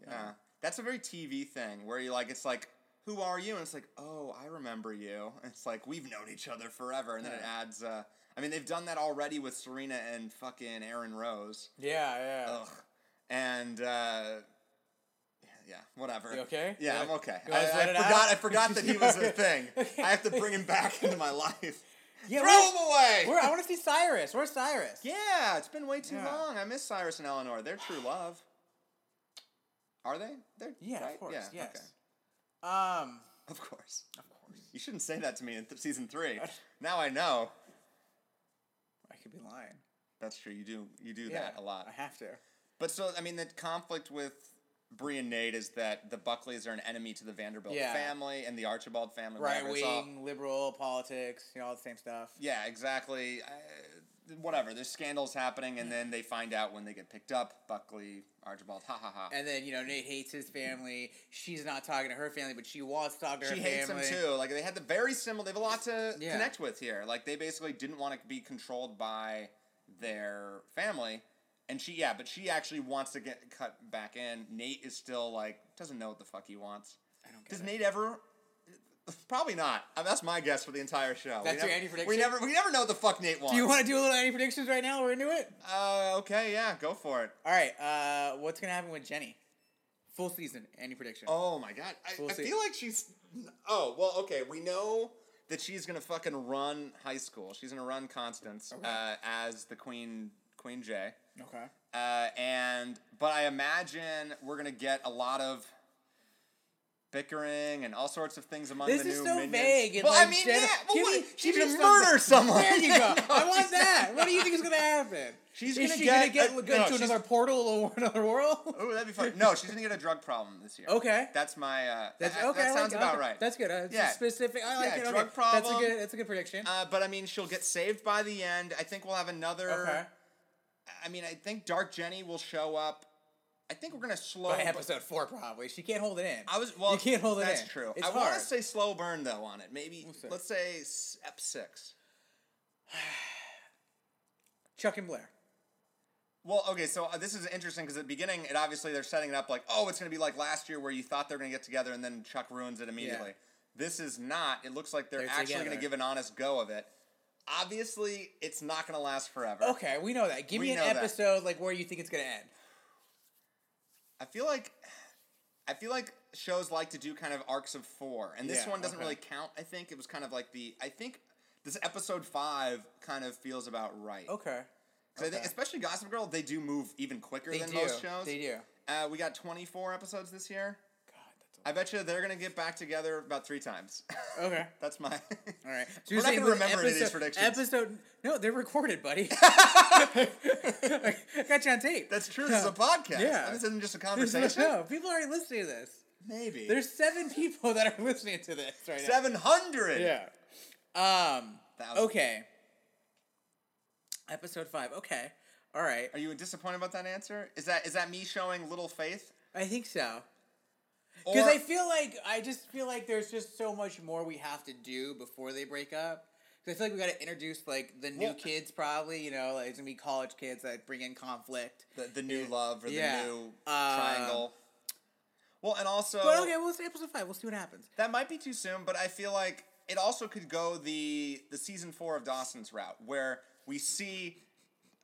Speaker 2: Yeah. That's a very TV thing where you like it's like who are you and it's like oh I remember you and it's like we've known each other forever and then it
Speaker 3: Yeah.
Speaker 2: adds uh I mean they've done that already with Serena and fucking Aaron Rose
Speaker 3: Yeah, yeah.
Speaker 2: ugh and uh yeah whatever
Speaker 3: You okay?
Speaker 2: yeah
Speaker 3: Yeah.
Speaker 2: I'm okay
Speaker 3: You
Speaker 2: I,
Speaker 3: wanna let
Speaker 2: I
Speaker 3: it
Speaker 2: forgot
Speaker 3: out?
Speaker 2: I forgot that he
Speaker 3: [laughs]
Speaker 2: was a thing
Speaker 3: Okay.
Speaker 2: I have to bring him back into my
Speaker 3: [laughs]
Speaker 2: life
Speaker 3: yeah
Speaker 2: throw him away
Speaker 3: Where I want to see Cyrus. Where's Cyrus?
Speaker 2: yeah it's been way too
Speaker 3: Yeah.
Speaker 2: long I miss Cyrus and Eleanor they're true love are they they're
Speaker 3: Yeah,
Speaker 2: right?
Speaker 3: of course. yes.
Speaker 2: okay.
Speaker 3: Um.
Speaker 2: Of course. Of course. You shouldn't say that to me in th- season three. now I know.
Speaker 3: I could be lying.
Speaker 2: That's true. You do you do
Speaker 3: Yeah,
Speaker 2: that a lot.
Speaker 3: I have to.
Speaker 2: But so I mean, the conflict with Bree and Nate is that the Buckleys are an enemy to the Vanderbilt
Speaker 3: Yeah.
Speaker 2: family and the Archibald family.
Speaker 3: Right
Speaker 2: whatever. It's all-
Speaker 3: wing, liberal politics, you know, all the same stuff.
Speaker 2: Yeah, exactly. Uh, whatever. There's scandals happening, and then they find out when they get picked up. Buckley, Archibald, ha ha ha.
Speaker 3: And then you know Nate hates his family. She's not talking to her family, but she wants to talk to
Speaker 2: she
Speaker 3: her
Speaker 2: hates
Speaker 3: family.
Speaker 2: them too. Like they had the very similar. They have a lot to
Speaker 3: Yeah.
Speaker 2: connect with here. Like they basically didn't want to be controlled by their family, and she yeah, but she actually wants to get cut back in. Nate is still like doesn't know what the fuck he wants.
Speaker 3: I don't get
Speaker 2: Does
Speaker 3: it.
Speaker 2: Nate ever? Probably not. I mean, that's my guess for the entire show.
Speaker 3: That's
Speaker 2: we
Speaker 3: your
Speaker 2: never,
Speaker 3: Andy prediction?
Speaker 2: We never we never know what the fuck Nate wants.
Speaker 3: Do you want to do a little any predictions right now? We're into it.
Speaker 2: Uh, okay, yeah, go for it.
Speaker 3: All right. Uh, what's gonna happen with Jenny? Full season. Any prediction?
Speaker 2: Oh my god. I, I
Speaker 3: We'll see.
Speaker 2: feel like she's Oh, well, okay, we know that she's going to fucking run high school. She's going to run Constance uh, as the Queen Queen J.
Speaker 3: Okay.
Speaker 2: Uh, and but I imagine we're going to get a lot of bickering and all sorts of things among
Speaker 3: This
Speaker 2: the
Speaker 3: is
Speaker 2: new
Speaker 3: so
Speaker 2: minions.
Speaker 3: vague. and,
Speaker 2: well,
Speaker 3: like,
Speaker 2: I mean,
Speaker 3: gen-
Speaker 2: yeah. Well,
Speaker 3: give
Speaker 2: what-
Speaker 3: me-
Speaker 2: she
Speaker 3: give me
Speaker 2: just
Speaker 3: something-
Speaker 2: murder someone.
Speaker 3: There you
Speaker 2: No, [laughs]
Speaker 3: go. I
Speaker 2: she's
Speaker 3: want
Speaker 2: not.
Speaker 3: that. What do you think is gonna happen?
Speaker 2: She's
Speaker 3: is
Speaker 2: gonna
Speaker 3: she
Speaker 2: get
Speaker 3: gonna
Speaker 2: a-
Speaker 3: get
Speaker 2: no,
Speaker 3: to
Speaker 2: she's-
Speaker 3: another portal [laughs] or another world?
Speaker 2: Oh, that'd be fun. No, she's gonna get a drug problem this year.
Speaker 3: Okay.
Speaker 2: That's my. Uh,
Speaker 3: That's
Speaker 2: that-
Speaker 3: okay. I
Speaker 2: That
Speaker 3: like
Speaker 2: sounds
Speaker 3: it.
Speaker 2: about
Speaker 3: Okay.
Speaker 2: right.
Speaker 3: That's good. Uh, it's
Speaker 2: Yeah.
Speaker 3: Specific. I
Speaker 2: Yeah,
Speaker 3: like it. Okay.
Speaker 2: drug
Speaker 3: That's
Speaker 2: problem.
Speaker 3: a good. That's a good prediction.
Speaker 2: Uh, but I mean, she'll get saved by the end. I think we'll have another.
Speaker 3: okay.
Speaker 2: I mean, I think Dark Jenny will show up. I think we're gonna slow.
Speaker 3: By episode four, probably she can't hold it in.
Speaker 2: I was well.
Speaker 3: you can't hold it
Speaker 2: That's
Speaker 3: in.
Speaker 2: true.
Speaker 3: It's
Speaker 2: I
Speaker 3: hard.
Speaker 2: to say slow burn though on it. Maybe
Speaker 3: We'll see.
Speaker 2: let's say step six.
Speaker 3: Chuck and Blair.
Speaker 2: Well, okay, so uh, this is interesting because at the beginning, it obviously they're setting it up like, oh, it's going to be like last year where you thought they're going to get together and then Chuck ruins it immediately. This is not. It looks like they're,
Speaker 3: They're
Speaker 2: actually going
Speaker 3: together.
Speaker 2: to give an honest go of it. Obviously, it's not going to last forever.
Speaker 3: Okay, we know that. Give
Speaker 2: We
Speaker 3: me an
Speaker 2: know that.
Speaker 3: episode like where you think it's gonna end.
Speaker 2: I feel like I feel like shows like to do kind of arcs of four, and this
Speaker 3: Yeah,
Speaker 2: one doesn't
Speaker 3: okay.
Speaker 2: really count. I think it was kind of like the I think this episode five kind of feels about right.
Speaker 3: Okay.
Speaker 2: 'Cause I think,
Speaker 3: okay.
Speaker 2: especially Gossip Girl, they do move even quicker
Speaker 3: They
Speaker 2: than
Speaker 3: do.
Speaker 2: most shows.
Speaker 3: They do.
Speaker 2: Uh, we got twenty four episodes this year.
Speaker 3: God,
Speaker 2: I bet you they're gonna get back together about three times. [laughs]
Speaker 3: that's a- okay.
Speaker 2: That's my.
Speaker 3: [laughs] All right. So
Speaker 2: We're not
Speaker 3: saying
Speaker 2: gonna
Speaker 3: with
Speaker 2: remember any of these predictions.
Speaker 3: Episode no, they're
Speaker 2: [laughs]
Speaker 3: recorded, buddy. [laughs] I got you on tape.
Speaker 2: That's true. This is a podcast.
Speaker 3: [laughs] Yeah.
Speaker 2: This isn't just a
Speaker 3: There's no-
Speaker 2: conversation.
Speaker 3: No, people aren't listening to this.
Speaker 2: Maybe.
Speaker 3: There's seven people that are [laughs] listening to this right now.
Speaker 2: seven hundred.
Speaker 3: Yeah. Um.
Speaker 2: Thousand.
Speaker 3: Okay. Episode five. Okay. All right.
Speaker 2: Are you disappointed about that answer? Is that is that me showing little faith?
Speaker 3: I think so.
Speaker 2: Or-
Speaker 3: Because I feel like I just feel like there's just so much more we have to do before they break up. 'Cause I feel like we got to introduce like the new
Speaker 2: Well-
Speaker 3: kids, probably. You know, like it's gonna be college kids that bring in conflict.
Speaker 2: The, the new love or the
Speaker 3: Yeah.
Speaker 2: new
Speaker 3: Uh,
Speaker 2: triangle. Well, and also
Speaker 3: But okay, we'll see episode five. We'll see what happens.
Speaker 2: that might be too soon, but I feel like it also could go the the season four of Dawson's route, where we see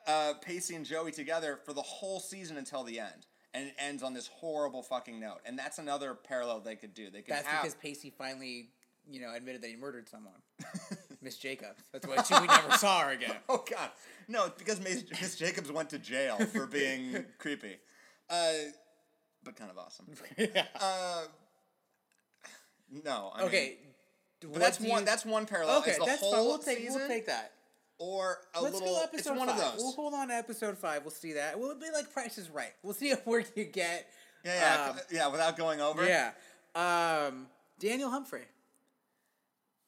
Speaker 2: uh, Pacey and Joey together for the whole season until the end, and it ends on this horrible fucking note. And that's another parallel they could do. They could
Speaker 3: That's
Speaker 2: have
Speaker 3: because Pacey finally, you know, admitted that he murdered someone, [laughs] Miss Jacobs. That's why she, we never saw her again.
Speaker 2: [laughs] Oh God, no! It's because Miss Miss Jacobs went to jail
Speaker 3: [laughs]
Speaker 2: for being creepy, uh, but kind of
Speaker 3: [laughs]
Speaker 2: awesome. Uh, no, I mean-
Speaker 3: Okay. d- what
Speaker 2: But that's
Speaker 3: do
Speaker 2: one.
Speaker 3: you-
Speaker 2: That's one parallel.
Speaker 3: okay.
Speaker 2: is the
Speaker 3: that's
Speaker 2: whole
Speaker 3: fine. We'll take
Speaker 2: season,
Speaker 3: we'll take that.
Speaker 2: or a
Speaker 3: Let's
Speaker 2: little.
Speaker 3: go episode
Speaker 2: it's one
Speaker 3: five.
Speaker 2: of those.
Speaker 3: We'll hold on to episode five. We'll see that. We'll be like Price is Right. We'll see where you get.
Speaker 2: yeah, yeah,
Speaker 3: um,
Speaker 2: c- yeah. Without going over.
Speaker 3: yeah. Um, Daniel Humphrey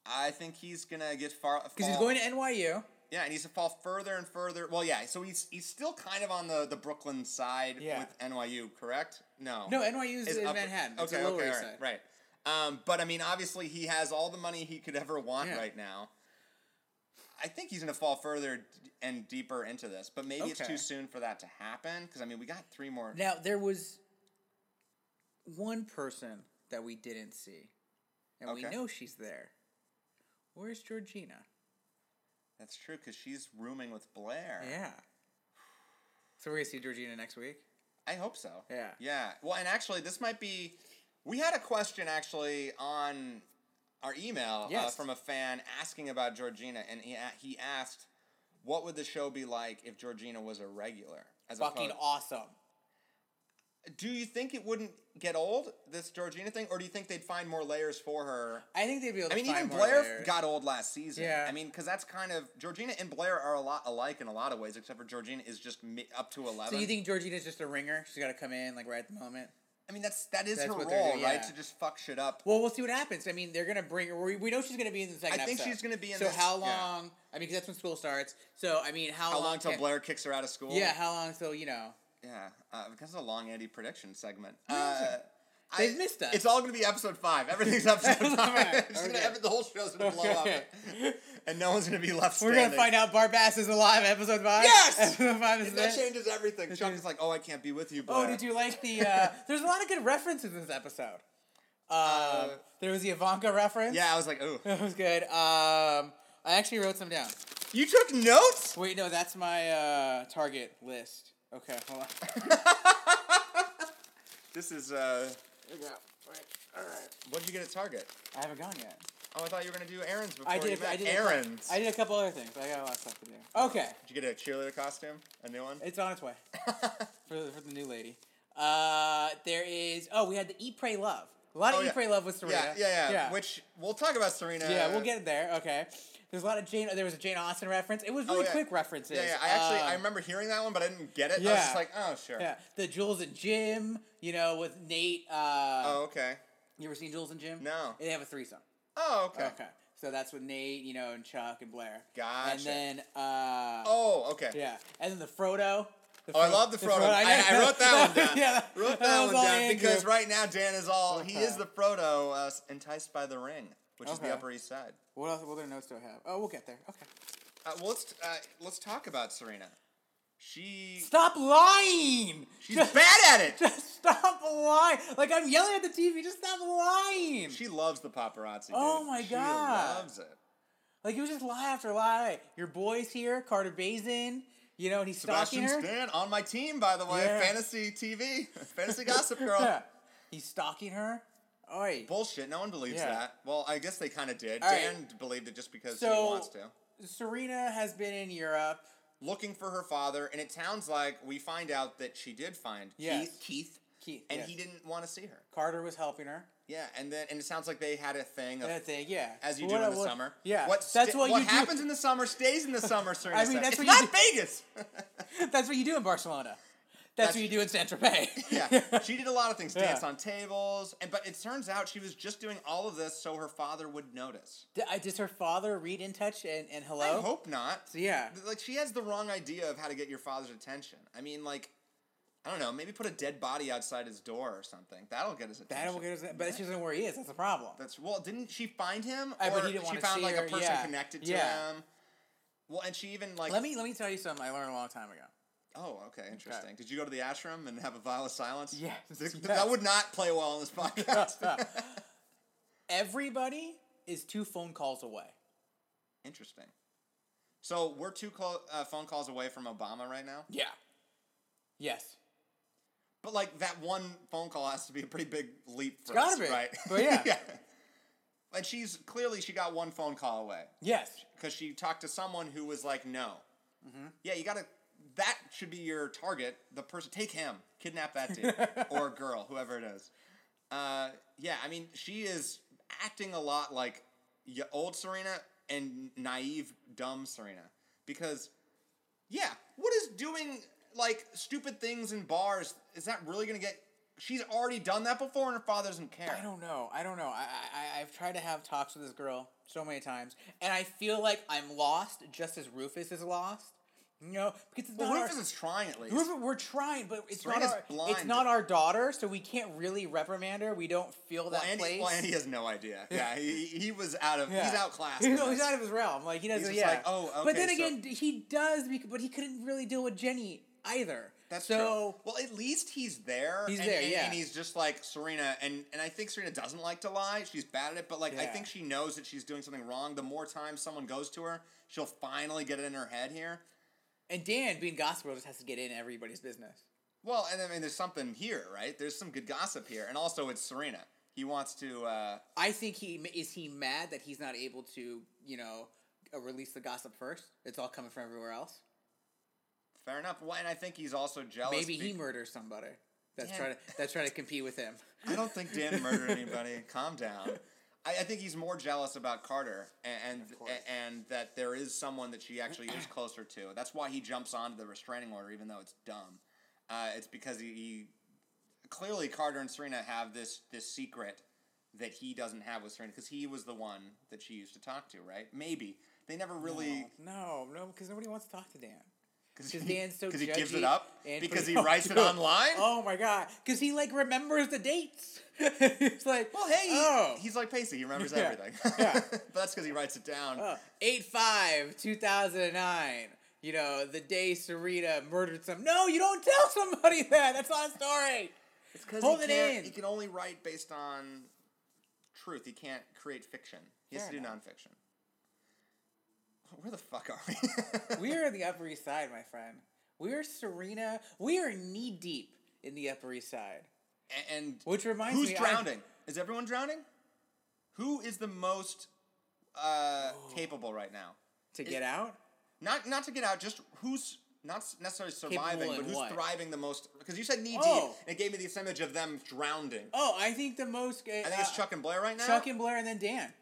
Speaker 2: I think he's gonna get far.
Speaker 3: because he's going to NYU.
Speaker 2: Yeah, and he's to fall further and further. Well, yeah. So he's he's still kind of on the the Brooklyn side
Speaker 3: Yeah.
Speaker 2: with NYU, correct? No.
Speaker 3: No, NYU is
Speaker 2: Is
Speaker 3: in
Speaker 2: upper-
Speaker 3: Manhattan. It's
Speaker 2: okay,
Speaker 3: a lower
Speaker 2: okay,
Speaker 3: East
Speaker 2: all
Speaker 3: Side.
Speaker 2: right, right. Um, but I mean, obviously, he has all the money he could ever want
Speaker 3: Yeah.
Speaker 2: right now. I think he's going to fall further d- and deeper into this, but maybe it's
Speaker 3: Okay.
Speaker 2: too soon for that to happen. Because I mean, we got three more.
Speaker 3: Now there was one person that we didn't see, and we
Speaker 2: Okay.
Speaker 3: know she's there. Where's Georgina?
Speaker 2: That's true because she's rooming with Blair.
Speaker 3: Yeah. So we're gonna see Georgina next week.
Speaker 2: I hope so.
Speaker 3: Yeah.
Speaker 2: Yeah. Well, and actually, this might be. We had a question actually on our email uh,
Speaker 3: Yes.
Speaker 2: from a fan asking about Georgina, and he, a- he asked, "What would the show be like if Georgina was a regular?" As
Speaker 3: Fucking
Speaker 2: opposed-
Speaker 3: awesome.
Speaker 2: Do you think it wouldn't get old this Georgina thing, or do you think they'd find more layers for her?
Speaker 3: I think they'd be able.
Speaker 2: I
Speaker 3: To
Speaker 2: mean,
Speaker 3: find
Speaker 2: even
Speaker 3: more
Speaker 2: Blair
Speaker 3: layers.
Speaker 2: got old last season.
Speaker 3: Yeah.
Speaker 2: I mean, because that's kind of Georgina and Blair are a lot alike in a lot of ways, except for Georgina is just mi- up to eleven.
Speaker 3: So you think Georgina's just a ringer? She's got to come in like right at the moment.
Speaker 2: I mean, that's that is
Speaker 3: That's
Speaker 2: her
Speaker 3: what they're
Speaker 2: role,
Speaker 3: doing,
Speaker 2: right?
Speaker 3: yeah.
Speaker 2: To just fuck shit up.
Speaker 3: Well, we'll see what happens. I mean, they're gonna bring. her- We, we know she's gonna be in the second.
Speaker 2: I think
Speaker 3: episode.
Speaker 2: she's gonna be in
Speaker 3: So
Speaker 2: this-
Speaker 3: how
Speaker 2: yeah.
Speaker 3: long? I mean, 'cause that's when school starts. So I mean, how,
Speaker 2: How long till
Speaker 3: can-
Speaker 2: Blair kicks her out of school?
Speaker 3: Yeah, how long till you know?
Speaker 2: yeah. Uh, because it's a long Eddie prediction segment. Uh,
Speaker 3: They've missed us.
Speaker 2: It's all going to be episode five.
Speaker 3: [laughs]
Speaker 2: Everything's episode five. [laughs]
Speaker 3: Alright,
Speaker 2: It's gonna-
Speaker 3: okay.
Speaker 2: every- the whole show's
Speaker 3: [laughs]
Speaker 2: going to blow
Speaker 3: Okay.
Speaker 2: up, and no one's going to be left.
Speaker 3: We're
Speaker 2: standing.
Speaker 3: gonna find out Barbass is alive. Episode five.
Speaker 2: Yes!
Speaker 3: [laughs] Episode five is
Speaker 2: And That
Speaker 3: there.
Speaker 2: changes everything. Chuck is like, "Oh, I can't be with you." Blair.
Speaker 3: Oh, did you like the? Uh, there's a lot of good references in this episode. Um, there was the Ivanka reference.
Speaker 2: Uh, Yeah, I was like, "Ooh."
Speaker 3: [laughs] that was good. Um, I actually wrote some down.
Speaker 2: You took notes?
Speaker 3: Wait, no, that's my uh, target list. Okay, hold on.
Speaker 2: This is uh
Speaker 3: Here we go. All right.
Speaker 2: what did you get at Target?
Speaker 3: I haven't gone yet.
Speaker 2: Oh, I thought you were gonna do errands before
Speaker 3: I
Speaker 2: you
Speaker 3: did. A,
Speaker 2: met.
Speaker 3: I did.
Speaker 2: errands.
Speaker 3: A, cou- I did a couple other things. I got a lot of stuff to do. Okay,
Speaker 2: Did you get a cheerleader costume? A new one?
Speaker 3: it's on its way [laughs] for the, for the new lady. Uh, there is. Oh, we had the Eat, Pray, Love. A lot of
Speaker 2: Oh,
Speaker 3: Eat,
Speaker 2: yeah.
Speaker 3: Pray, Love with Serena.
Speaker 2: Yeah, yeah, yeah, Which uh, we'll talk about Serena.
Speaker 3: yeah, we'll get there. Okay. There's a lot of Jane. There was a Jane Austen reference. It was
Speaker 2: Oh,
Speaker 3: really
Speaker 2: yeah.
Speaker 3: quick references.
Speaker 2: Yeah, yeah. I actually I
Speaker 3: Um,
Speaker 2: remember hearing that one, but I didn't get it. I
Speaker 3: yeah.
Speaker 2: was just like, oh sure.
Speaker 3: Yeah, the Jules and Jim. You know, with Nate. Uh,
Speaker 2: Oh okay.
Speaker 3: You ever seen Jules and Jim?
Speaker 2: No.
Speaker 3: They have a threesome.
Speaker 2: Oh okay.
Speaker 3: Okay. So that's with Nate, you know, and Chuck and Blair. And
Speaker 2: Gotcha.
Speaker 3: then, uh,
Speaker 2: Oh okay.
Speaker 3: yeah, and then the Frodo. The
Speaker 2: Oh, I love the Frodo.
Speaker 3: [laughs]
Speaker 2: I, I wrote that one down.
Speaker 3: yeah,
Speaker 2: wrote
Speaker 3: that
Speaker 2: that
Speaker 3: was
Speaker 2: one
Speaker 3: all
Speaker 2: down
Speaker 3: Andrew.
Speaker 2: because right now Dan is all he is
Speaker 3: Okay.
Speaker 2: the Frodo uh, s- enticed by the ring, which is
Speaker 3: Okay.
Speaker 2: the Upper East Side.
Speaker 3: What else? What other notes do I have? Oh, we'll get there. Okay.
Speaker 2: Uh, well, let's uh, let's talk about Serena. She
Speaker 3: Stop lying.
Speaker 2: she's
Speaker 3: Just- [laughs]
Speaker 2: bad at it.
Speaker 3: Just stop lying. Like I'm yelling at the TV. Just stop lying.
Speaker 2: She loves the paparazzi. Dude.
Speaker 3: Oh my
Speaker 2: she
Speaker 3: God.
Speaker 2: loves it.
Speaker 3: like it was just lie after lie. Your boy's here, Carter Bazin. You know, and he's stalking
Speaker 2: Sebastian
Speaker 3: her.
Speaker 2: Stan on my team, by the way.
Speaker 3: Yeah.
Speaker 2: Fantasy TV, [laughs]
Speaker 3: [laughs]
Speaker 2: Fantasy Gossip Girl.
Speaker 3: Yeah. He's stalking her. Oi.
Speaker 2: Bullshit. No one believes
Speaker 3: Yeah.
Speaker 2: that. Well, I guess they kind of did.
Speaker 3: All right.
Speaker 2: Dan believed it just because he
Speaker 3: So-
Speaker 2: wants to.
Speaker 3: Serena has been in Europe.
Speaker 2: Looking for her father, and it sounds like we find out that she did find
Speaker 3: Yes.
Speaker 2: Keith, Keith,
Speaker 3: Keith.
Speaker 2: and
Speaker 3: yes.
Speaker 2: he didn't want to see her.
Speaker 3: Carter was helping her.
Speaker 2: Yeah, and then and it sounds like they had a thing of
Speaker 3: That thing, yeah.
Speaker 2: as you
Speaker 3: What-
Speaker 2: do in the
Speaker 3: what-
Speaker 2: summer.
Speaker 3: Yeah.
Speaker 2: what
Speaker 3: that's
Speaker 2: sta-
Speaker 3: what, you
Speaker 2: happens
Speaker 3: do.
Speaker 2: in the summer stays in the summer. Serena
Speaker 3: [laughs] I mean,
Speaker 2: said.
Speaker 3: that's
Speaker 2: it's
Speaker 3: what you
Speaker 2: not Vegas. [laughs]
Speaker 3: [laughs] That's what you do in Barcelona. That's,
Speaker 2: That's-
Speaker 3: what you do in Saint Tropez.
Speaker 2: [laughs] yeah, she did a lot of things,
Speaker 3: [laughs] Yeah.
Speaker 2: dance on tables, and but it turns out she was just doing all of this so her father would notice.
Speaker 3: uh, Does her father read in touch and, and hello?
Speaker 2: I hope not.
Speaker 3: So, yeah.
Speaker 2: Like she has the wrong idea of how to get your father's attention. I mean, like, I don't know, maybe put a dead body outside his door or something. That'll get his attention.
Speaker 3: That will get us, but she doesn't know where he is. That's a problem.
Speaker 2: That's well. Didn't she find him?
Speaker 3: I- but
Speaker 2: Or
Speaker 3: he didn't
Speaker 2: she
Speaker 3: wanna
Speaker 2: found
Speaker 3: see
Speaker 2: like
Speaker 3: her,
Speaker 2: a person
Speaker 3: yeah.
Speaker 2: connected to
Speaker 3: Yeah.
Speaker 2: him. Well, and she even like
Speaker 3: let me let me tell you something I learned a long time ago.
Speaker 2: Oh, okay, interesting. Did you go to the ashram and have a vow of silence?
Speaker 3: [laughs] Yes,
Speaker 2: Th- th-
Speaker 3: yes.
Speaker 2: That would not play well
Speaker 3: [laughs]
Speaker 2: on this podcast. [laughs]
Speaker 3: Everybody is two phone calls away.
Speaker 2: interesting. So we're two call, uh, phone calls away from Obama right now,
Speaker 3: Yeah. Yes.
Speaker 2: but like that one phone call has to be a pretty big leap for
Speaker 3: gotta
Speaker 2: us,
Speaker 3: be,
Speaker 2: right? [laughs]
Speaker 3: but yeah.
Speaker 2: And she's clearly she got one phone call away
Speaker 3: Yes.
Speaker 2: because she talked to someone who was like, "No,
Speaker 3: Mm-hmm.
Speaker 2: yeah, you gotta." That should be your target. The person, take him, kidnap that
Speaker 3: [laughs]
Speaker 2: dude or girl, whoever it is. Uh, yeah, I mean, she is acting a lot like y- old Serena and naive, dumb Serena. Because, yeah, what is doing like stupid things in bars? Is that really gonna get? She's already done that before, and her father doesn't care.
Speaker 3: I don't know. I don't know. I, I I- I've tried to have talks with this girl so many times, and I feel like I'm lost, just as Rufus is lost. You know, because it's
Speaker 2: Well,
Speaker 3: not
Speaker 2: Rufus
Speaker 3: our,
Speaker 2: is trying at least.
Speaker 3: Rufus, we're trying, but it's
Speaker 2: Serena's
Speaker 3: not our, it's
Speaker 2: blind.
Speaker 3: not our daughter, so we can't really reprimand her. We don't feel that
Speaker 2: well, Andy,
Speaker 3: place.
Speaker 2: well, Andy has no
Speaker 3: [laughs]
Speaker 2: idea. Yeah, he, he was out of he's
Speaker 3: Yeah. [laughs]
Speaker 2: outclassed.
Speaker 3: He's,
Speaker 2: in
Speaker 3: he's
Speaker 2: this.
Speaker 3: out of his realm. Like he doesn't.
Speaker 2: just
Speaker 3: yeah.
Speaker 2: like, oh,
Speaker 3: But then
Speaker 2: okay, so-
Speaker 3: again, d- he does. bec- But he couldn't really deal with Jenny either.
Speaker 2: That's
Speaker 3: so.
Speaker 2: true. Well, at least he's there.
Speaker 3: He's
Speaker 2: and,
Speaker 3: there,
Speaker 2: and-
Speaker 3: yeah.
Speaker 2: And he's just like Serena, and and I think Serena doesn't like to lie. She's bad at it, but like I
Speaker 3: Yeah.
Speaker 2: think she knows that she's doing something wrong. The more time someone goes to her, she'll finally get it in her head here.
Speaker 3: And Dan, being gospel, just has to get in everybody's business.
Speaker 2: Well, and I mean, there's something here, right? There's some good gossip here, and also it's Serena. He wants to. uh
Speaker 3: I think he is he mad that he's not able to you know uh, release the gossip first. It's all coming from everywhere else.
Speaker 2: Fair enough. Well, and I think he's also jealous.
Speaker 3: Maybe he
Speaker 2: be-
Speaker 3: murders somebody. That's
Speaker 2: Dan.
Speaker 3: trying to that's trying to compete with him.
Speaker 2: I don't think
Speaker 3: [laughs]
Speaker 2: Dan murdered anybody. Calm down. I, I think he's more jealous about Carter and and, and that there is someone that she actually is closer to. That's why he jumps onto the restraining order, even though it's dumb. Uh, it's because he, he clearly Carter and Serena have this this secret that he doesn't have with Serena because he was the one that she used to talk to, right? Maybe they never really
Speaker 3: No, no, because nobody wants to talk to Dan.
Speaker 2: because
Speaker 3: Because Dan's so
Speaker 2: he gives
Speaker 3: judgy
Speaker 2: it up
Speaker 3: and
Speaker 2: because
Speaker 3: pretty-
Speaker 2: he writes it
Speaker 3: Oh,
Speaker 2: online.
Speaker 3: Oh my god! Because he like remembers the dates. [laughs] it's like
Speaker 2: Well, hey, he-
Speaker 3: oh,
Speaker 2: he's like Pacey. He remembers
Speaker 3: [laughs] Yeah.
Speaker 2: everything.
Speaker 3: Yeah.
Speaker 2: [laughs]
Speaker 3: Oh.
Speaker 2: but that's because he writes it down.
Speaker 3: eight five two thousand and nine. You know the day Serena murdered some. No, you don't tell somebody [laughs] that. That's not a story.
Speaker 2: It's because
Speaker 3: Hold
Speaker 2: he
Speaker 3: it
Speaker 2: can't-
Speaker 3: in.
Speaker 2: He can only write based on truth. He can't create fiction. He has
Speaker 3: Fair
Speaker 2: to do
Speaker 3: enough.
Speaker 2: nonfiction. Where the fuck are we?
Speaker 3: [laughs] We are the Upper East Side, my friend. We are Serena. We are knee deep in the Upper East Side.
Speaker 2: A- and
Speaker 3: Which reminds
Speaker 2: who's
Speaker 3: me, I-
Speaker 2: drowning? Is everyone drowning? Who is the most uh, capable right now?
Speaker 3: To get out?
Speaker 2: Not not to get out. Just who's not s- necessarily surviving,
Speaker 3: in
Speaker 2: but who's
Speaker 3: what?
Speaker 2: thriving the most? Because you said knee deep,
Speaker 3: Oh.
Speaker 2: and it gave me this image of them drowning.
Speaker 3: Oh, I think the most. Uh,
Speaker 2: I think it's Chuck and Blair right now.
Speaker 3: Chuck and Blair, and then Dan.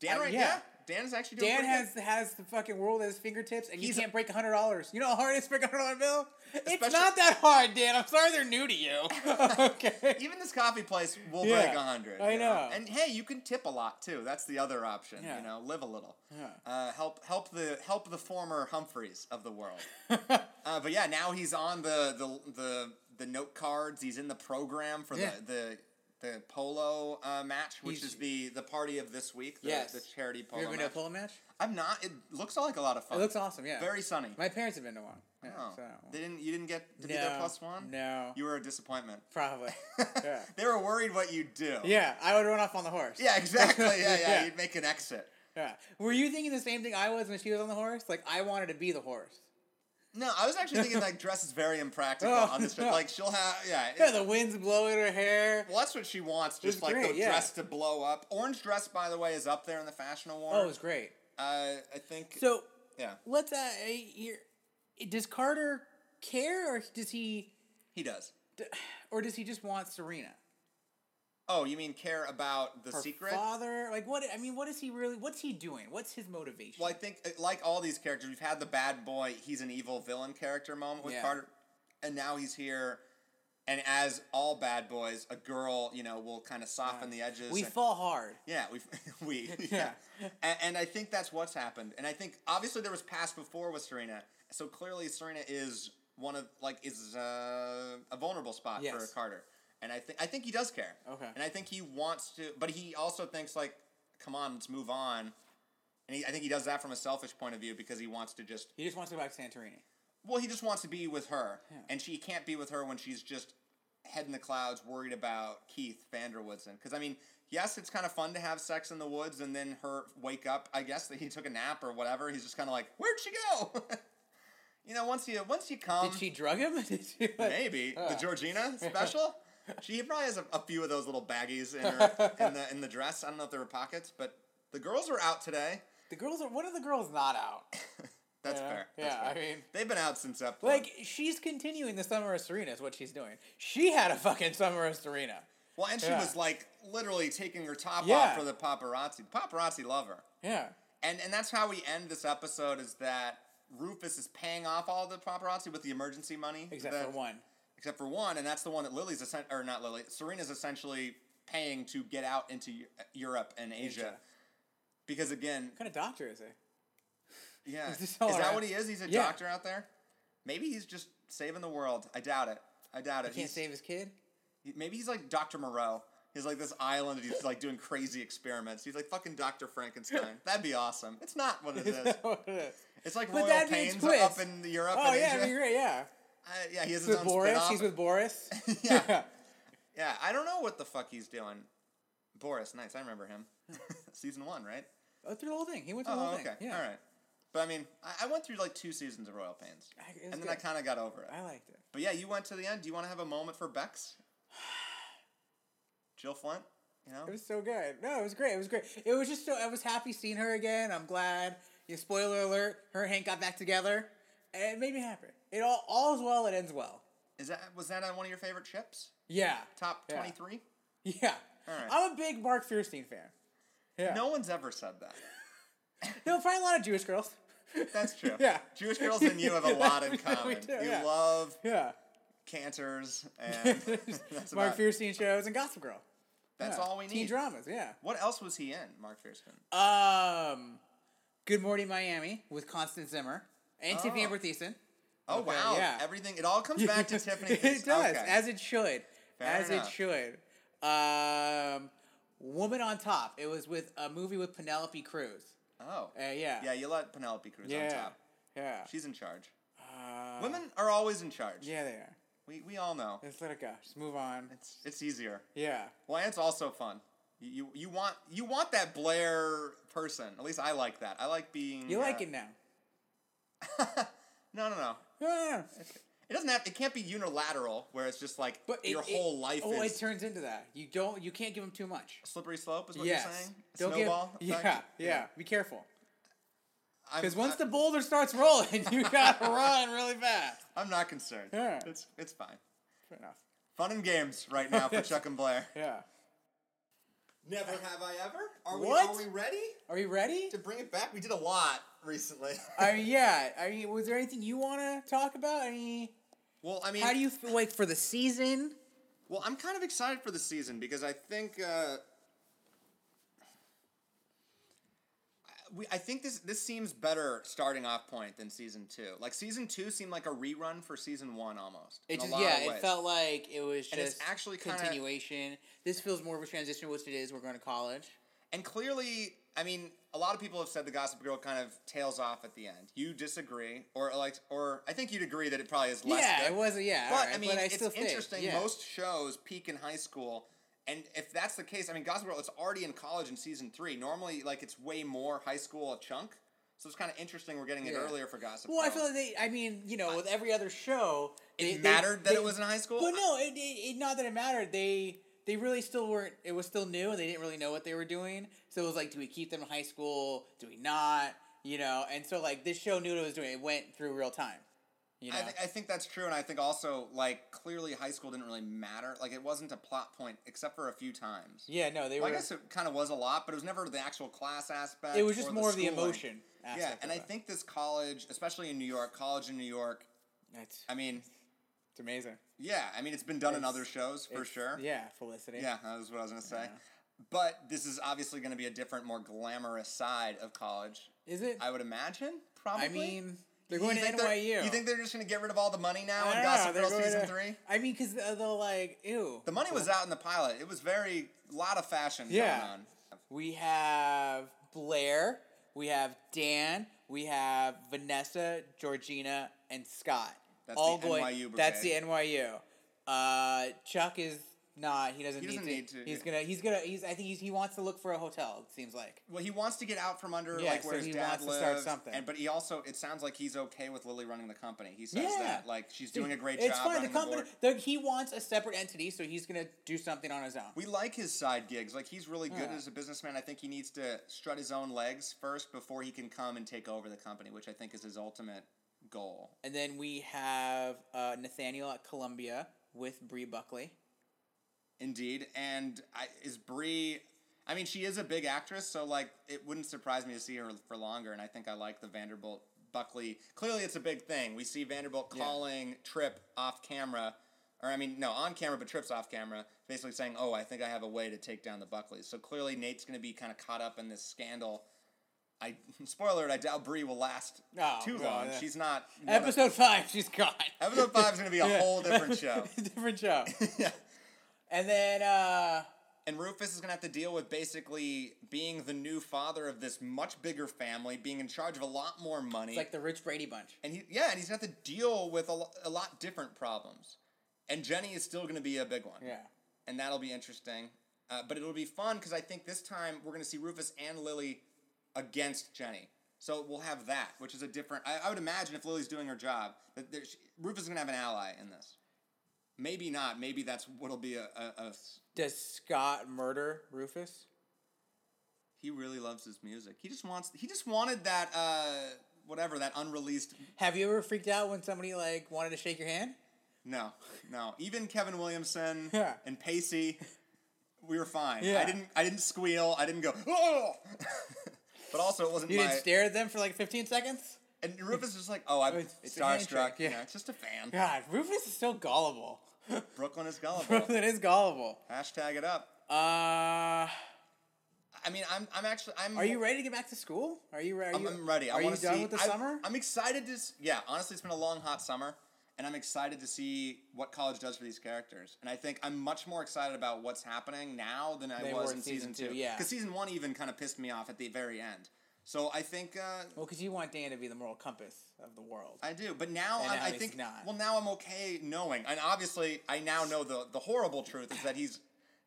Speaker 2: Dan,
Speaker 3: uh,
Speaker 2: right? Yeah.
Speaker 3: yeah.
Speaker 2: Dan's actually doing
Speaker 3: Dan
Speaker 2: pretty
Speaker 3: has has the fucking world at his fingertips, and
Speaker 2: He's-
Speaker 3: you can't break a hundred dollars. You know how hard it is to break a hundred dollar bill?
Speaker 2: Especially-
Speaker 3: it's not that hard, Dan. I'm sorry they're new to you. [laughs] okay.
Speaker 2: good. Even this coffee place will
Speaker 3: Yeah,
Speaker 2: break a hundred.
Speaker 3: I
Speaker 2: you
Speaker 3: know.
Speaker 2: And hey, you can tip a lot too. That's the other option.
Speaker 3: Yeah.
Speaker 2: You know, live a little.
Speaker 3: Yeah.
Speaker 2: Uh, help help the help the former Humphreys of the
Speaker 3: [laughs]
Speaker 2: world. uh, but yeah, now he's on the the the the note cards. He's in the program for
Speaker 3: Yeah.
Speaker 2: the the the polo uh, match, which
Speaker 3: He's-
Speaker 2: is the the party of this week. The,
Speaker 3: Yes.
Speaker 2: the charity
Speaker 3: You
Speaker 2: polo.
Speaker 3: ever been to a
Speaker 2: match.
Speaker 3: polo match?
Speaker 2: I'm not. It looks like a lot of fun.
Speaker 3: It looks awesome. Yeah.
Speaker 2: Oh, Very sunny.
Speaker 3: My parents have been to one. Yeah,
Speaker 2: Oh,
Speaker 3: so-
Speaker 2: They didn't. You didn't get to be
Speaker 3: no,
Speaker 2: there plus one.
Speaker 3: No.
Speaker 2: You were a disappointment.
Speaker 3: probably.
Speaker 2: [laughs]
Speaker 3: yeah.
Speaker 2: they were worried what you'd do.
Speaker 3: Yeah, I would run off on the horse.
Speaker 2: Yeah, exactly. Yeah, yeah,
Speaker 3: Yeah.
Speaker 2: You'd make an exit.
Speaker 3: Yeah. Were you thinking the same thing I was when she was on the horse? Like I wanted to be the horse.
Speaker 2: No, I was actually thinking like dress is very impractical
Speaker 3: Oh,
Speaker 2: on this trip.
Speaker 3: no.
Speaker 2: Like she'll have yeah.
Speaker 3: Yeah,
Speaker 2: it-
Speaker 3: the wind's blowing her hair.
Speaker 2: well, that's what she wants.
Speaker 3: was
Speaker 2: Just like
Speaker 3: great,
Speaker 2: the
Speaker 3: yeah.
Speaker 2: dress to blow up. Orange dress, by the way, is up there in the fashion award.
Speaker 3: Oh, it was great.
Speaker 2: Uh, I think.
Speaker 3: So
Speaker 2: yeah,
Speaker 3: let's uh, uh, here. Does Carter care, or does he,
Speaker 2: he does.
Speaker 3: or does he just want Serena?
Speaker 2: Oh, you mean care about the
Speaker 3: Her
Speaker 2: secret?
Speaker 3: father, like what? I mean, what is he really? What's he doing? What's his motivation?
Speaker 2: Well, I think uh, like all these characters, we've had the bad boy, he's an evil villain character moment with
Speaker 3: Yeah.
Speaker 2: Carter, and now he's here. And as all bad boys, a girl, you know, will kind of soften the edges.
Speaker 3: we
Speaker 2: and-
Speaker 3: fall hard.
Speaker 2: Yeah, we [laughs] we yeah,
Speaker 3: [laughs] Yeah.
Speaker 2: and, and I think that's what's happened. And I think obviously there was past before with Serena, so clearly Serena is one of like is uh, a vulnerable spot
Speaker 3: Yes.
Speaker 2: for Carter. And I think I think he does care.
Speaker 3: Okay.
Speaker 2: And I think he wants to, but he also thinks like, come on, let's move on. And he, I think he does that from a selfish point of view because he wants to just
Speaker 3: He just wants to go back to Santorini.
Speaker 2: well, he just wants to be with her, and she can't be with her when she's just head in the clouds, worried about Keith Vanderwoodson. Because I mean, yes, it's kind of fun to have sex in the woods, and then her wake up. I guess that he took a nap or whatever. He's just kind of like, where'd she go? [laughs] you know, once you once you come,
Speaker 3: Did she drug him? [laughs] Did she? Like,
Speaker 2: Um, maybe the
Speaker 3: Huh. [laughs]
Speaker 2: Georgina special. she probably has a, a few of those little baggies in
Speaker 3: [laughs]
Speaker 2: her in the in the dress. I don't know if there were pockets, but the girls were out today.
Speaker 3: The girls are. What are the girls not out?
Speaker 2: That's
Speaker 3: Yeah,
Speaker 2: fair. That's
Speaker 3: yeah,
Speaker 2: fair.
Speaker 3: I mean-
Speaker 2: they've been out since up
Speaker 3: Like she's continuing the summer of Serena is what she's doing. She had a fucking summer of Serena.
Speaker 2: Well, and she
Speaker 3: Yeah.
Speaker 2: was like literally taking her top off
Speaker 3: Yeah.
Speaker 2: for the paparazzi. The paparazzi love her.
Speaker 3: Yeah.
Speaker 2: And and that's how we end this episode is that Rufus is paying off all the paparazzi with the emergency money.
Speaker 3: Except
Speaker 2: that-
Speaker 3: for one.
Speaker 2: Except for one, and that's the one that Lily's essen- or not Lily, Serena's essentially paying to get out into Eu- Europe and Asia.
Speaker 3: Asia.
Speaker 2: Because again,
Speaker 3: What kind of doctor is he?
Speaker 2: yeah.
Speaker 3: Is
Speaker 2: Is,
Speaker 3: [laughs] this all
Speaker 2: that
Speaker 3: right?
Speaker 2: what he is? He's a
Speaker 3: Yeah.
Speaker 2: doctor out there? Maybe he's just saving the world. I doubt it. I doubt it.
Speaker 3: Can't
Speaker 2: He's-
Speaker 3: save his kid.
Speaker 2: Maybe he's like Dr. Moreau. He's like this island and he's like doing crazy experiments. He's like fucking Dr.
Speaker 3: [laughs]
Speaker 2: Frankenstein. That'd be awesome. It's not what it is.
Speaker 3: What it is.
Speaker 2: It's like
Speaker 3: But
Speaker 2: Royal
Speaker 3: that'd be a
Speaker 2: Pains
Speaker 3: twist.
Speaker 2: up in Europe
Speaker 3: Oh
Speaker 2: and
Speaker 3: yeah,
Speaker 2: Asia.
Speaker 3: that'd be
Speaker 2: [laughs]
Speaker 3: great. Yeah.
Speaker 2: Uh, yeah, he has
Speaker 3: He's
Speaker 2: his
Speaker 3: with
Speaker 2: own
Speaker 3: Boris.
Speaker 2: spin-off.
Speaker 3: He's with Boris.
Speaker 2: [laughs] yeah. yeah, I don't know what the fuck he's doing. Boris, nice. I remember
Speaker 3: [laughs]
Speaker 2: him. [laughs] Season one, right?
Speaker 3: Oh, through the whole thing. He [laughs] went through the
Speaker 2: Oh,
Speaker 3: whole
Speaker 2: okay.
Speaker 3: thing. Yeah.
Speaker 2: All right. But I mean, I, I went through like two seasons of Royal Pains.
Speaker 3: I- it was
Speaker 2: And then
Speaker 3: good.
Speaker 2: I kind of got over it.
Speaker 3: I liked it.
Speaker 2: But yeah, you went to the end. Do you want to have a moment for
Speaker 3: [sighs]
Speaker 2: Bex? Jill Flint? You know?
Speaker 3: It was so good. No, it was great. It was great. It was just so I was happy seeing her again. I'm glad. Yeah, spoiler alert: her and Hank got back together, and it made me happy. It all all's well. It ends well.
Speaker 2: Is that was that on one of your favorite chips?
Speaker 3: Yeah.
Speaker 2: Top
Speaker 3: Yeah.
Speaker 2: twenty three?
Speaker 3: Yeah.
Speaker 2: Alright.
Speaker 3: I'm a big Mark Fierstein fan. Yeah.
Speaker 2: No one's ever said that.
Speaker 3: No, probably a lot of Jewish girls. [laughs]
Speaker 2: That's true.
Speaker 3: Yeah.
Speaker 2: Jewish girls and you
Speaker 3: [laughs]
Speaker 2: have a lot in
Speaker 3: We
Speaker 2: common.
Speaker 3: do,
Speaker 2: you
Speaker 3: yeah.
Speaker 2: love
Speaker 3: Yeah.
Speaker 2: cantors and [laughs]
Speaker 3: [laughs]
Speaker 2: that's
Speaker 3: Mark
Speaker 2: about it.
Speaker 3: Fierstein shows and Gossip Girl.
Speaker 2: That's
Speaker 3: Yeah.
Speaker 2: all we
Speaker 3: Teen
Speaker 2: need.
Speaker 3: dramas, yeah.
Speaker 2: What else was he in, Mark Fierstein?
Speaker 3: Um, Good Morning Miami with Constance Zimmer and Tiffany
Speaker 2: Oh.
Speaker 3: Amber Thiessen.
Speaker 2: Oh
Speaker 3: okay,
Speaker 2: wow.
Speaker 3: yeah.
Speaker 2: Everything it all
Speaker 3: [laughs]
Speaker 2: comes back to Tiffany.
Speaker 3: it does,
Speaker 2: Okay.
Speaker 3: as it should,
Speaker 2: Fair
Speaker 3: as
Speaker 2: enough.
Speaker 3: it should. Um, Woman on Top. It was with a movie with Penelope Cruz.
Speaker 2: oh.
Speaker 3: Uh, yeah.
Speaker 2: Yeah, you let Penelope Cruz on
Speaker 3: Yeah.
Speaker 2: top.
Speaker 3: Yeah.
Speaker 2: She's in charge.
Speaker 3: Uh,
Speaker 2: Women are always in charge.
Speaker 3: Yeah, they are.
Speaker 2: We we all know.
Speaker 3: Let's let it go. Just move on.
Speaker 2: It's it's easier.
Speaker 3: Yeah.
Speaker 2: Well, and it's also fun. You, you you want you want that Blair person. At least I like that. I like being.
Speaker 3: You
Speaker 2: uh,
Speaker 3: like it now.
Speaker 2: No, no, no.
Speaker 3: Ah.
Speaker 2: It doesn't have. It can't be unilateral, where it's just like
Speaker 3: But it-
Speaker 2: your
Speaker 3: it-
Speaker 2: whole life
Speaker 3: Oh,
Speaker 2: is
Speaker 3: it turns into that. You don't. You can't give them too much.
Speaker 2: slippery slope. Is what
Speaker 3: yes. [laughs]
Speaker 2: you're saying?
Speaker 3: Don't
Speaker 2: Snowball.
Speaker 3: give. Yeah,
Speaker 2: effect?
Speaker 3: yeah, Be careful.
Speaker 2: I'm-
Speaker 3: Because once
Speaker 2: I-
Speaker 3: the boulder starts rolling, [laughs] you gotta run really fast.
Speaker 2: I'm not concerned.
Speaker 3: Yeah.
Speaker 2: It's it's fine.
Speaker 3: Fair enough.
Speaker 2: Fun and games right now
Speaker 3: [laughs]
Speaker 2: for Chuck and Blair.
Speaker 3: Yeah.
Speaker 4: Never have I ever. Are
Speaker 3: What?
Speaker 4: we are we ready
Speaker 3: Are you ready?
Speaker 4: to bring it back? We did a lot recently. [laughs]
Speaker 3: I mean, yeah. I mean, was there anything you want to talk about? Any?
Speaker 2: Well, I mean,
Speaker 3: How do you feel like for the season?
Speaker 2: Well, I'm kind of excited for the season because I think uh, we I think this this seems better starting off point than season two. Like season two seemed like a rerun for season one almost.
Speaker 3: It
Speaker 2: in a
Speaker 3: just
Speaker 2: lot
Speaker 3: yeah,
Speaker 2: of
Speaker 3: it
Speaker 2: ways.
Speaker 3: felt like it was just
Speaker 2: And it's actually kinda-
Speaker 3: continuation. This feels more of a transition, which it is. We're going to college.
Speaker 2: And clearly, I mean, a lot of people have said the Gossip Girl kind of tails off at the end. You disagree, or like, or I think you'd agree that it probably is less.
Speaker 3: yeah,
Speaker 2: good.
Speaker 3: it wasn't. Yeah,
Speaker 2: But
Speaker 3: alright,
Speaker 2: I mean, it's
Speaker 3: still think,
Speaker 2: interesting.
Speaker 3: yeah.
Speaker 2: Most shows peak in high school, and if that's the case, I mean, Gossip Girl, it's already in college in season three. Normally, like it's way more high school a chunk, so it's kind of interesting we're getting it
Speaker 3: Yeah.
Speaker 2: earlier for Gossip
Speaker 3: Well, I
Speaker 2: Girl.
Speaker 3: feel like they. I mean, you know, with every other show, they-
Speaker 2: it
Speaker 3: they-
Speaker 2: mattered that
Speaker 3: they-
Speaker 2: it was in high school.
Speaker 3: But no, it, it, it not that it mattered. They they really still weren't. It was still new, and they didn't really know what they were doing. So it was like, do we keep them in high school? Do we not? You know, and so like this show knew what it was doing. It went through real time. You know,
Speaker 2: I, th- I think that's true, and I think also like clearly high school didn't really matter. Like it wasn't a plot point except for a few times.
Speaker 3: yeah, no, they
Speaker 2: Well, I
Speaker 3: were.
Speaker 2: guess it kind of was a lot, but it was never the actual class aspect.
Speaker 3: It was just
Speaker 2: or
Speaker 3: more of the
Speaker 2: schooling.
Speaker 3: emotion.
Speaker 2: Yeah,
Speaker 3: aspect
Speaker 2: and
Speaker 3: of
Speaker 2: I
Speaker 3: it.
Speaker 2: think this college, especially in New York, college in New York.
Speaker 3: it's,
Speaker 2: I mean,
Speaker 3: it's amazing.
Speaker 2: Yeah, I mean it's been done in
Speaker 3: It's-
Speaker 2: other shows for
Speaker 3: It's-
Speaker 2: sure.
Speaker 3: Yeah, Felicity.
Speaker 2: Yeah, that was what I was gonna say. But this is obviously gonna be a different, more glamorous side of college.
Speaker 3: Is it? I,
Speaker 2: I would imagine, probably.
Speaker 3: mean, they're going to
Speaker 2: think
Speaker 3: NYU.
Speaker 2: they're- You think they're just gonna get rid of all the money now
Speaker 3: I
Speaker 2: in
Speaker 3: don't
Speaker 2: Gossip
Speaker 3: know, they're
Speaker 2: Girl
Speaker 3: going
Speaker 2: season
Speaker 3: to-
Speaker 2: three?
Speaker 3: I mean, because they're like, ew.
Speaker 2: The money was out in the pilot. It was very lot of fashion
Speaker 3: Yeah.
Speaker 2: going on.
Speaker 3: We have Blair. We have Dan. We have Vanessa, Georgina, and Scott.
Speaker 2: That's the NYU brigade.
Speaker 3: That's the NYU. Uh, Chuck is not. He doesn't,
Speaker 2: He doesn't need to,
Speaker 3: He's
Speaker 2: yeah.
Speaker 3: gonna. He's gonna. He's. I think he's, he wants to look for a hotel. It seems like.
Speaker 2: Well, he wants to get out from under
Speaker 3: Yeah,
Speaker 2: like where
Speaker 3: so
Speaker 2: his
Speaker 3: he
Speaker 2: dad
Speaker 3: wants to
Speaker 2: lives,
Speaker 3: start something.
Speaker 2: and but he also it sounds like he's okay with Lily running the company. He says
Speaker 3: Yeah.
Speaker 2: that like she's doing a great
Speaker 3: it's
Speaker 2: job.
Speaker 3: fine. The
Speaker 2: running
Speaker 3: company.
Speaker 2: board.
Speaker 3: The, he wants a separate entity, so he's gonna do something on his own.
Speaker 2: We like his side gigs. Like he's really good
Speaker 3: Yeah.
Speaker 2: as a businessman. I think he needs to strut his own legs first before he can come and take over the company, which I think is his ultimate goal.
Speaker 3: and then we have uh, Nathaniel at Columbia with Bree Buckley.
Speaker 2: Indeed. And I, is Brie I mean, she is a big actress, so like it wouldn't surprise me to see her for longer and I think I like the Vanderbilt Buckley. Clearly it's a big thing. We see Vanderbilt
Speaker 3: Yeah.
Speaker 2: calling Trip off camera or I mean, no, on camera, but Trip's off camera, basically saying, "Oh, I think I have a way to take down the Buckleys." So clearly, Nate's going to be kind of caught up in this scandal. I [laughs] spoiler, alert, I doubt Bree will last
Speaker 3: Oh,
Speaker 2: too
Speaker 3: well,
Speaker 2: long.
Speaker 3: yeah.
Speaker 2: She's not one of-
Speaker 3: Episode five, she's gone.
Speaker 2: [laughs] Episode five is going to be a
Speaker 3: [laughs] Yeah.
Speaker 2: whole different show.
Speaker 3: different show.
Speaker 2: [laughs] yeah.
Speaker 3: And then uh
Speaker 2: And Rufus is going to have to deal with basically being the new father of this much bigger family, being in charge of a lot more money.
Speaker 3: it's like the Rich Brady bunch.
Speaker 2: and he, yeah, and he's going to have to deal with a, lo- a lot different problems. And Jenny is still going to be a big one.
Speaker 3: Yeah.
Speaker 2: And that'll be interesting. Uh, but it'll be fun because I think this time we're going to see Rufus and Lily against Jenny. So we'll have that, which is a different. I, I would imagine if Lily's doing her job, that there, she, Rufus is going to have an ally in this. Maybe not. Maybe that's what'll be a, a, a s-
Speaker 3: Does Scott murder Rufus?
Speaker 2: He really loves his music. He just wants. He just wanted that. Uh, whatever that unreleased.
Speaker 3: Have you ever freaked out when somebody like wanted to shake your hand?
Speaker 2: No, no. Even Kevin Williamson
Speaker 3: [laughs] Yeah.
Speaker 2: and Pacey, we were fine. I
Speaker 3: Yeah.
Speaker 2: didn't. I didn't squeal. I didn't go. Oh. [laughs] but also, it wasn't
Speaker 3: You
Speaker 2: my.
Speaker 3: didn't stare at them for like 15 seconds?
Speaker 2: And Rufus is just like, oh, I'm
Speaker 3: It's- it's a
Speaker 2: starstruck.
Speaker 3: handshake,
Speaker 2: Yeah,
Speaker 3: yeah.
Speaker 2: it's just a fan.
Speaker 3: God, Rufus is so gullible. [laughs]
Speaker 2: Brooklyn is gullible.
Speaker 3: Brooklyn is gullible.
Speaker 2: Hashtag it up.
Speaker 3: Uh,
Speaker 2: I mean, I'm. I'm actually. I'm.
Speaker 3: are you ready to get back to school? Are you ready?
Speaker 2: I'm, I'm ready. I
Speaker 3: Are you
Speaker 2: want
Speaker 3: done
Speaker 2: to see.
Speaker 3: with the
Speaker 2: I-
Speaker 3: summer?
Speaker 2: I'm excited to. s- Yeah, honestly, it's been a long, hot summer, and I'm excited to see what college does for these characters. And I think I'm much more excited about what's happening now than I
Speaker 3: They
Speaker 2: was
Speaker 3: were
Speaker 2: in
Speaker 3: in
Speaker 2: season,
Speaker 3: season
Speaker 2: two.
Speaker 3: two, yeah.
Speaker 2: because season one even kind of pissed me off at the very end. So I think uh,
Speaker 3: well, because you want Dan to be the moral compass of the world.
Speaker 2: I do, but now
Speaker 3: And
Speaker 2: I,
Speaker 3: now
Speaker 2: I
Speaker 3: he's
Speaker 2: think
Speaker 3: not.
Speaker 2: well now I'm okay knowing, and obviously I now know the the horrible truth is that he's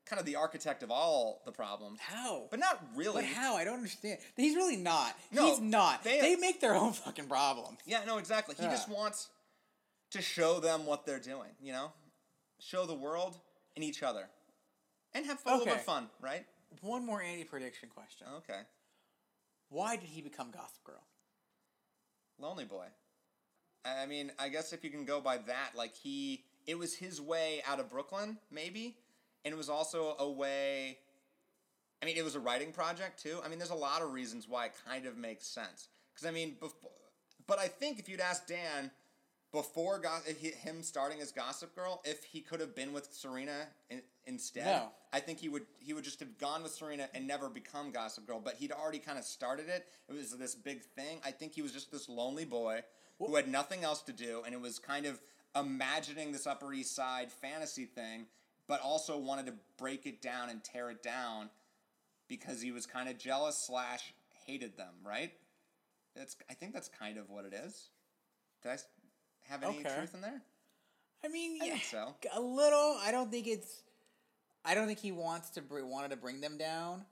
Speaker 2: kind of the architect of all the problems,
Speaker 3: How?
Speaker 2: but not really.
Speaker 3: But how? I don't understand. He's really not.
Speaker 2: No,
Speaker 3: He's not.
Speaker 2: they-
Speaker 3: They, make their own [laughs] fucking problems.
Speaker 2: Yeah, no, exactly. He just
Speaker 3: Yeah.
Speaker 2: wants to show them what they're doing, you know? Show the world and each other. And have fun, a little bit of
Speaker 3: Okay.
Speaker 2: fun, right?
Speaker 3: One more Andy prediction question.
Speaker 2: Okay.
Speaker 3: Why did he become Gossip Girl?
Speaker 2: Lonely Boy. I I mean, I guess if you can go by that, like he, it was his way out of Brooklyn, maybe, and it was also a way. I mean, it was a writing project too. I mean, there's a lot of reasons why it kind of makes sense. Because I mean, before, but I think if you'd asked Dan before Go- he- him starting as Gossip Girl, if he could have been with Serena in, instead,
Speaker 3: No.
Speaker 2: I think he would he would just have gone with Serena and never become Gossip Girl. But he'd already kind of started it. It was this big thing. I think he was just this lonely boy who had nothing else to do, and it was kind of imagining this Upper East Side fantasy thing, but also wanted to break it down and tear it down because he was kind of jealous slash hated them, right? That's I think that's kind of what it is. Did I s- have any
Speaker 3: Okay.
Speaker 2: truth in there?
Speaker 3: I mean,
Speaker 2: I
Speaker 3: yeah,
Speaker 2: think so.
Speaker 3: [laughs] a little. I don't think it's. I don't think he wants to br- wanted to bring them down.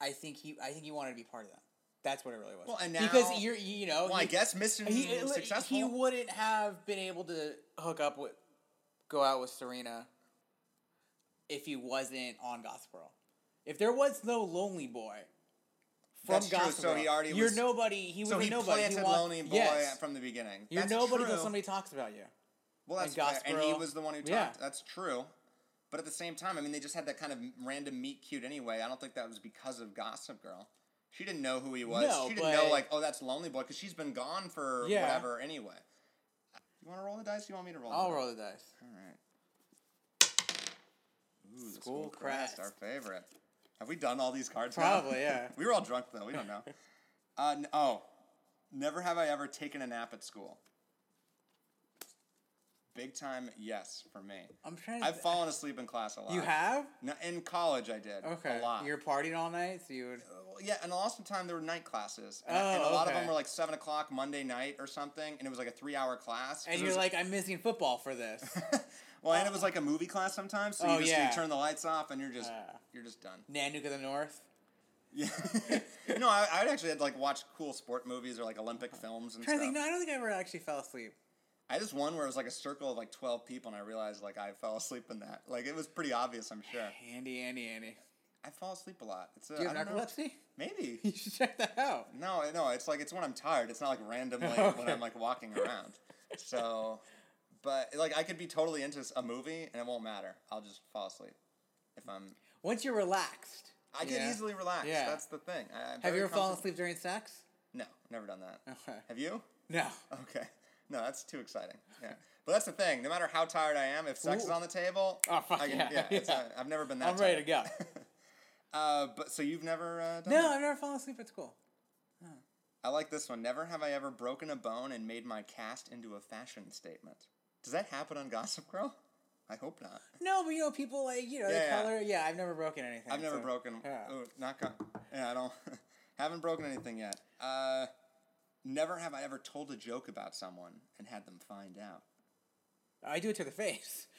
Speaker 3: I think he. I think he wanted to be part of them. That's what it really was.
Speaker 2: Well, and now-
Speaker 3: because you're, you know,
Speaker 2: Well, I
Speaker 3: he-
Speaker 2: guess mission
Speaker 3: he, it-
Speaker 2: Mm, successful.
Speaker 3: he wouldn't have been able to hook up with, go out with Serena, if he wasn't on Gossip Girl. If there was no Lonely Boy from
Speaker 2: That's true,
Speaker 3: Gossip
Speaker 2: so
Speaker 3: Girl,
Speaker 2: he already
Speaker 3: you're
Speaker 2: was-
Speaker 3: nobody. He was
Speaker 2: so
Speaker 3: a
Speaker 2: he
Speaker 3: nobody.
Speaker 2: planted
Speaker 3: wa-
Speaker 2: Lonely Boy
Speaker 3: yes.
Speaker 2: from the beginning.
Speaker 3: You're
Speaker 2: That's true.
Speaker 3: nobody until somebody talks about you.
Speaker 2: Well, that's
Speaker 3: and
Speaker 2: fair.
Speaker 3: Gossip
Speaker 2: and he
Speaker 3: Girl.
Speaker 2: was the one who talked.
Speaker 3: Yeah.
Speaker 2: That's true. But at the same time, I mean, they just had that kind of random meet cute anyway. I don't think that was because of Gossip Girl. She didn't know who he was.
Speaker 3: No,
Speaker 2: she didn't know
Speaker 3: but-
Speaker 2: like, oh, that's Lonely Boy because she's been gone for
Speaker 3: Yeah.
Speaker 2: whatever anyway. You want to roll the dice? You want me to roll?
Speaker 3: I'll
Speaker 2: the
Speaker 3: roll the dice.
Speaker 2: [laughs] All right. Ooh, the
Speaker 3: School crest.
Speaker 2: our favorite. Have we done all these cards? now?
Speaker 3: Probably, yeah.
Speaker 2: [laughs] we were all drunk though. We don't
Speaker 3: [laughs]
Speaker 2: know. Uh, n- oh, never have I ever taken a nap at school. Big time, yes, for me.
Speaker 3: I'm trying to.
Speaker 2: I've fallen asleep in class a lot.
Speaker 3: You have?
Speaker 2: No, in college, I did
Speaker 3: Okay.
Speaker 2: a lot.
Speaker 3: You're partying all night, so you would.
Speaker 2: Well, yeah, and a lot of the time there were night classes, and, and a
Speaker 3: Oh,
Speaker 2: lot of them
Speaker 3: okay.
Speaker 2: were like seven o'clock Monday night or something, and it was like a three-hour class. 'cause
Speaker 3: And
Speaker 2: it
Speaker 3: you're
Speaker 2: was-
Speaker 3: like, I'm missing football for this.
Speaker 2: [laughs]
Speaker 3: [laughs]
Speaker 2: well, and it was like a movie class sometimes, so you
Speaker 3: Oh,
Speaker 2: just
Speaker 3: yeah.
Speaker 2: you turn the lights off and you're just
Speaker 3: Ah.
Speaker 2: you're just done.
Speaker 3: Nanook of the North.
Speaker 2: Yeah. [laughs] no, I, I actually had like watch cool sport movies or like Olympic films and
Speaker 3: trying
Speaker 2: stuff.
Speaker 3: to think. No, I don't think I ever actually fell asleep.
Speaker 2: I had this one where it was like a circle of like twelve people, and I realized like I fell asleep in that. Like it was pretty obvious, I'm sure.
Speaker 3: Andy, Andy, Andy.
Speaker 2: I fall asleep a lot. It's a,
Speaker 3: Do you
Speaker 2: I
Speaker 3: have
Speaker 2: don't know.
Speaker 3: narcolepsy?
Speaker 2: Maybe.
Speaker 3: [laughs] You should check that out.
Speaker 2: No, no, it's like it's when I'm tired. It's not like randomly when
Speaker 3: [laughs] Okay.
Speaker 2: I'm like walking around. So, but like I could be totally into s- a movie and it won't matter. I'll just fall asleep if I'm.
Speaker 3: Once you're relaxed.
Speaker 2: I get
Speaker 3: Yeah.
Speaker 2: easily relaxed.
Speaker 3: Yeah.
Speaker 2: That's the thing. I, I'm
Speaker 3: Have
Speaker 2: very
Speaker 3: you ever fallen
Speaker 2: comfortable-
Speaker 3: asleep during sex?
Speaker 2: No, never done that. [laughs]
Speaker 3: Okay.
Speaker 2: Have you?
Speaker 3: No.
Speaker 2: Okay. No, that's too exciting. Yeah. But that's the thing. No matter how tired I am, if sex is
Speaker 3: Ooh.
Speaker 2: on the table,
Speaker 3: Oh, fuck
Speaker 2: I can,
Speaker 3: yeah,
Speaker 2: it's
Speaker 3: [laughs] yeah.
Speaker 2: not- I've never been that.
Speaker 3: I'm ready to
Speaker 2: tired.
Speaker 3: go.
Speaker 2: [laughs] Uh, but so you've never uh, done
Speaker 3: no,
Speaker 2: that?
Speaker 3: I've never fallen asleep at school.
Speaker 2: I like this one. Never have I ever broken a bone and made my cast into a fashion statement. Does that happen on Gossip Girl? I hope not.
Speaker 3: No, but you know, people like, you know,
Speaker 2: Yeah,
Speaker 3: the
Speaker 2: yeah.
Speaker 3: color. Yeah, I've never broken anything.
Speaker 2: I've never
Speaker 3: so-
Speaker 2: broken.
Speaker 3: yeah.
Speaker 2: Oh, not. Go- yeah, I don't. [laughs] haven't broken anything yet. Uh, never have I ever told a joke about someone and had them find out.
Speaker 3: I do it to
Speaker 2: [laughs]
Speaker 3: the face. [laughs]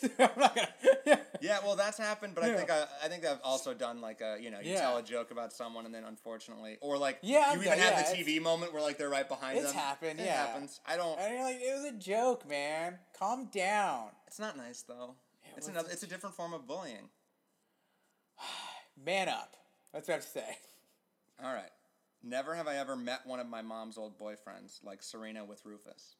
Speaker 3: So I'm not gonna. [laughs]
Speaker 2: Yeah, well, that's happened, but I
Speaker 3: Yeah.
Speaker 2: think I, I think I've also done like a you know you
Speaker 3: Yeah.
Speaker 2: tell a joke about someone and then unfortunately or like
Speaker 3: Yeah, I've
Speaker 2: you
Speaker 3: done-
Speaker 2: even have
Speaker 3: yeah,
Speaker 2: the TV moment where like they're right behind
Speaker 3: It's
Speaker 2: them.
Speaker 3: happened,
Speaker 2: It
Speaker 3: yeah.
Speaker 2: happens. I don't.
Speaker 3: And you're like, it was a joke, man. Calm down.
Speaker 2: It's not nice though. it's
Speaker 3: what's
Speaker 2: another. It's a different form of bullying.
Speaker 3: Man up. That's what I have to say. [laughs]
Speaker 2: All right. Never have I ever met one of my mom's old boyfriends like Serena with Rufus.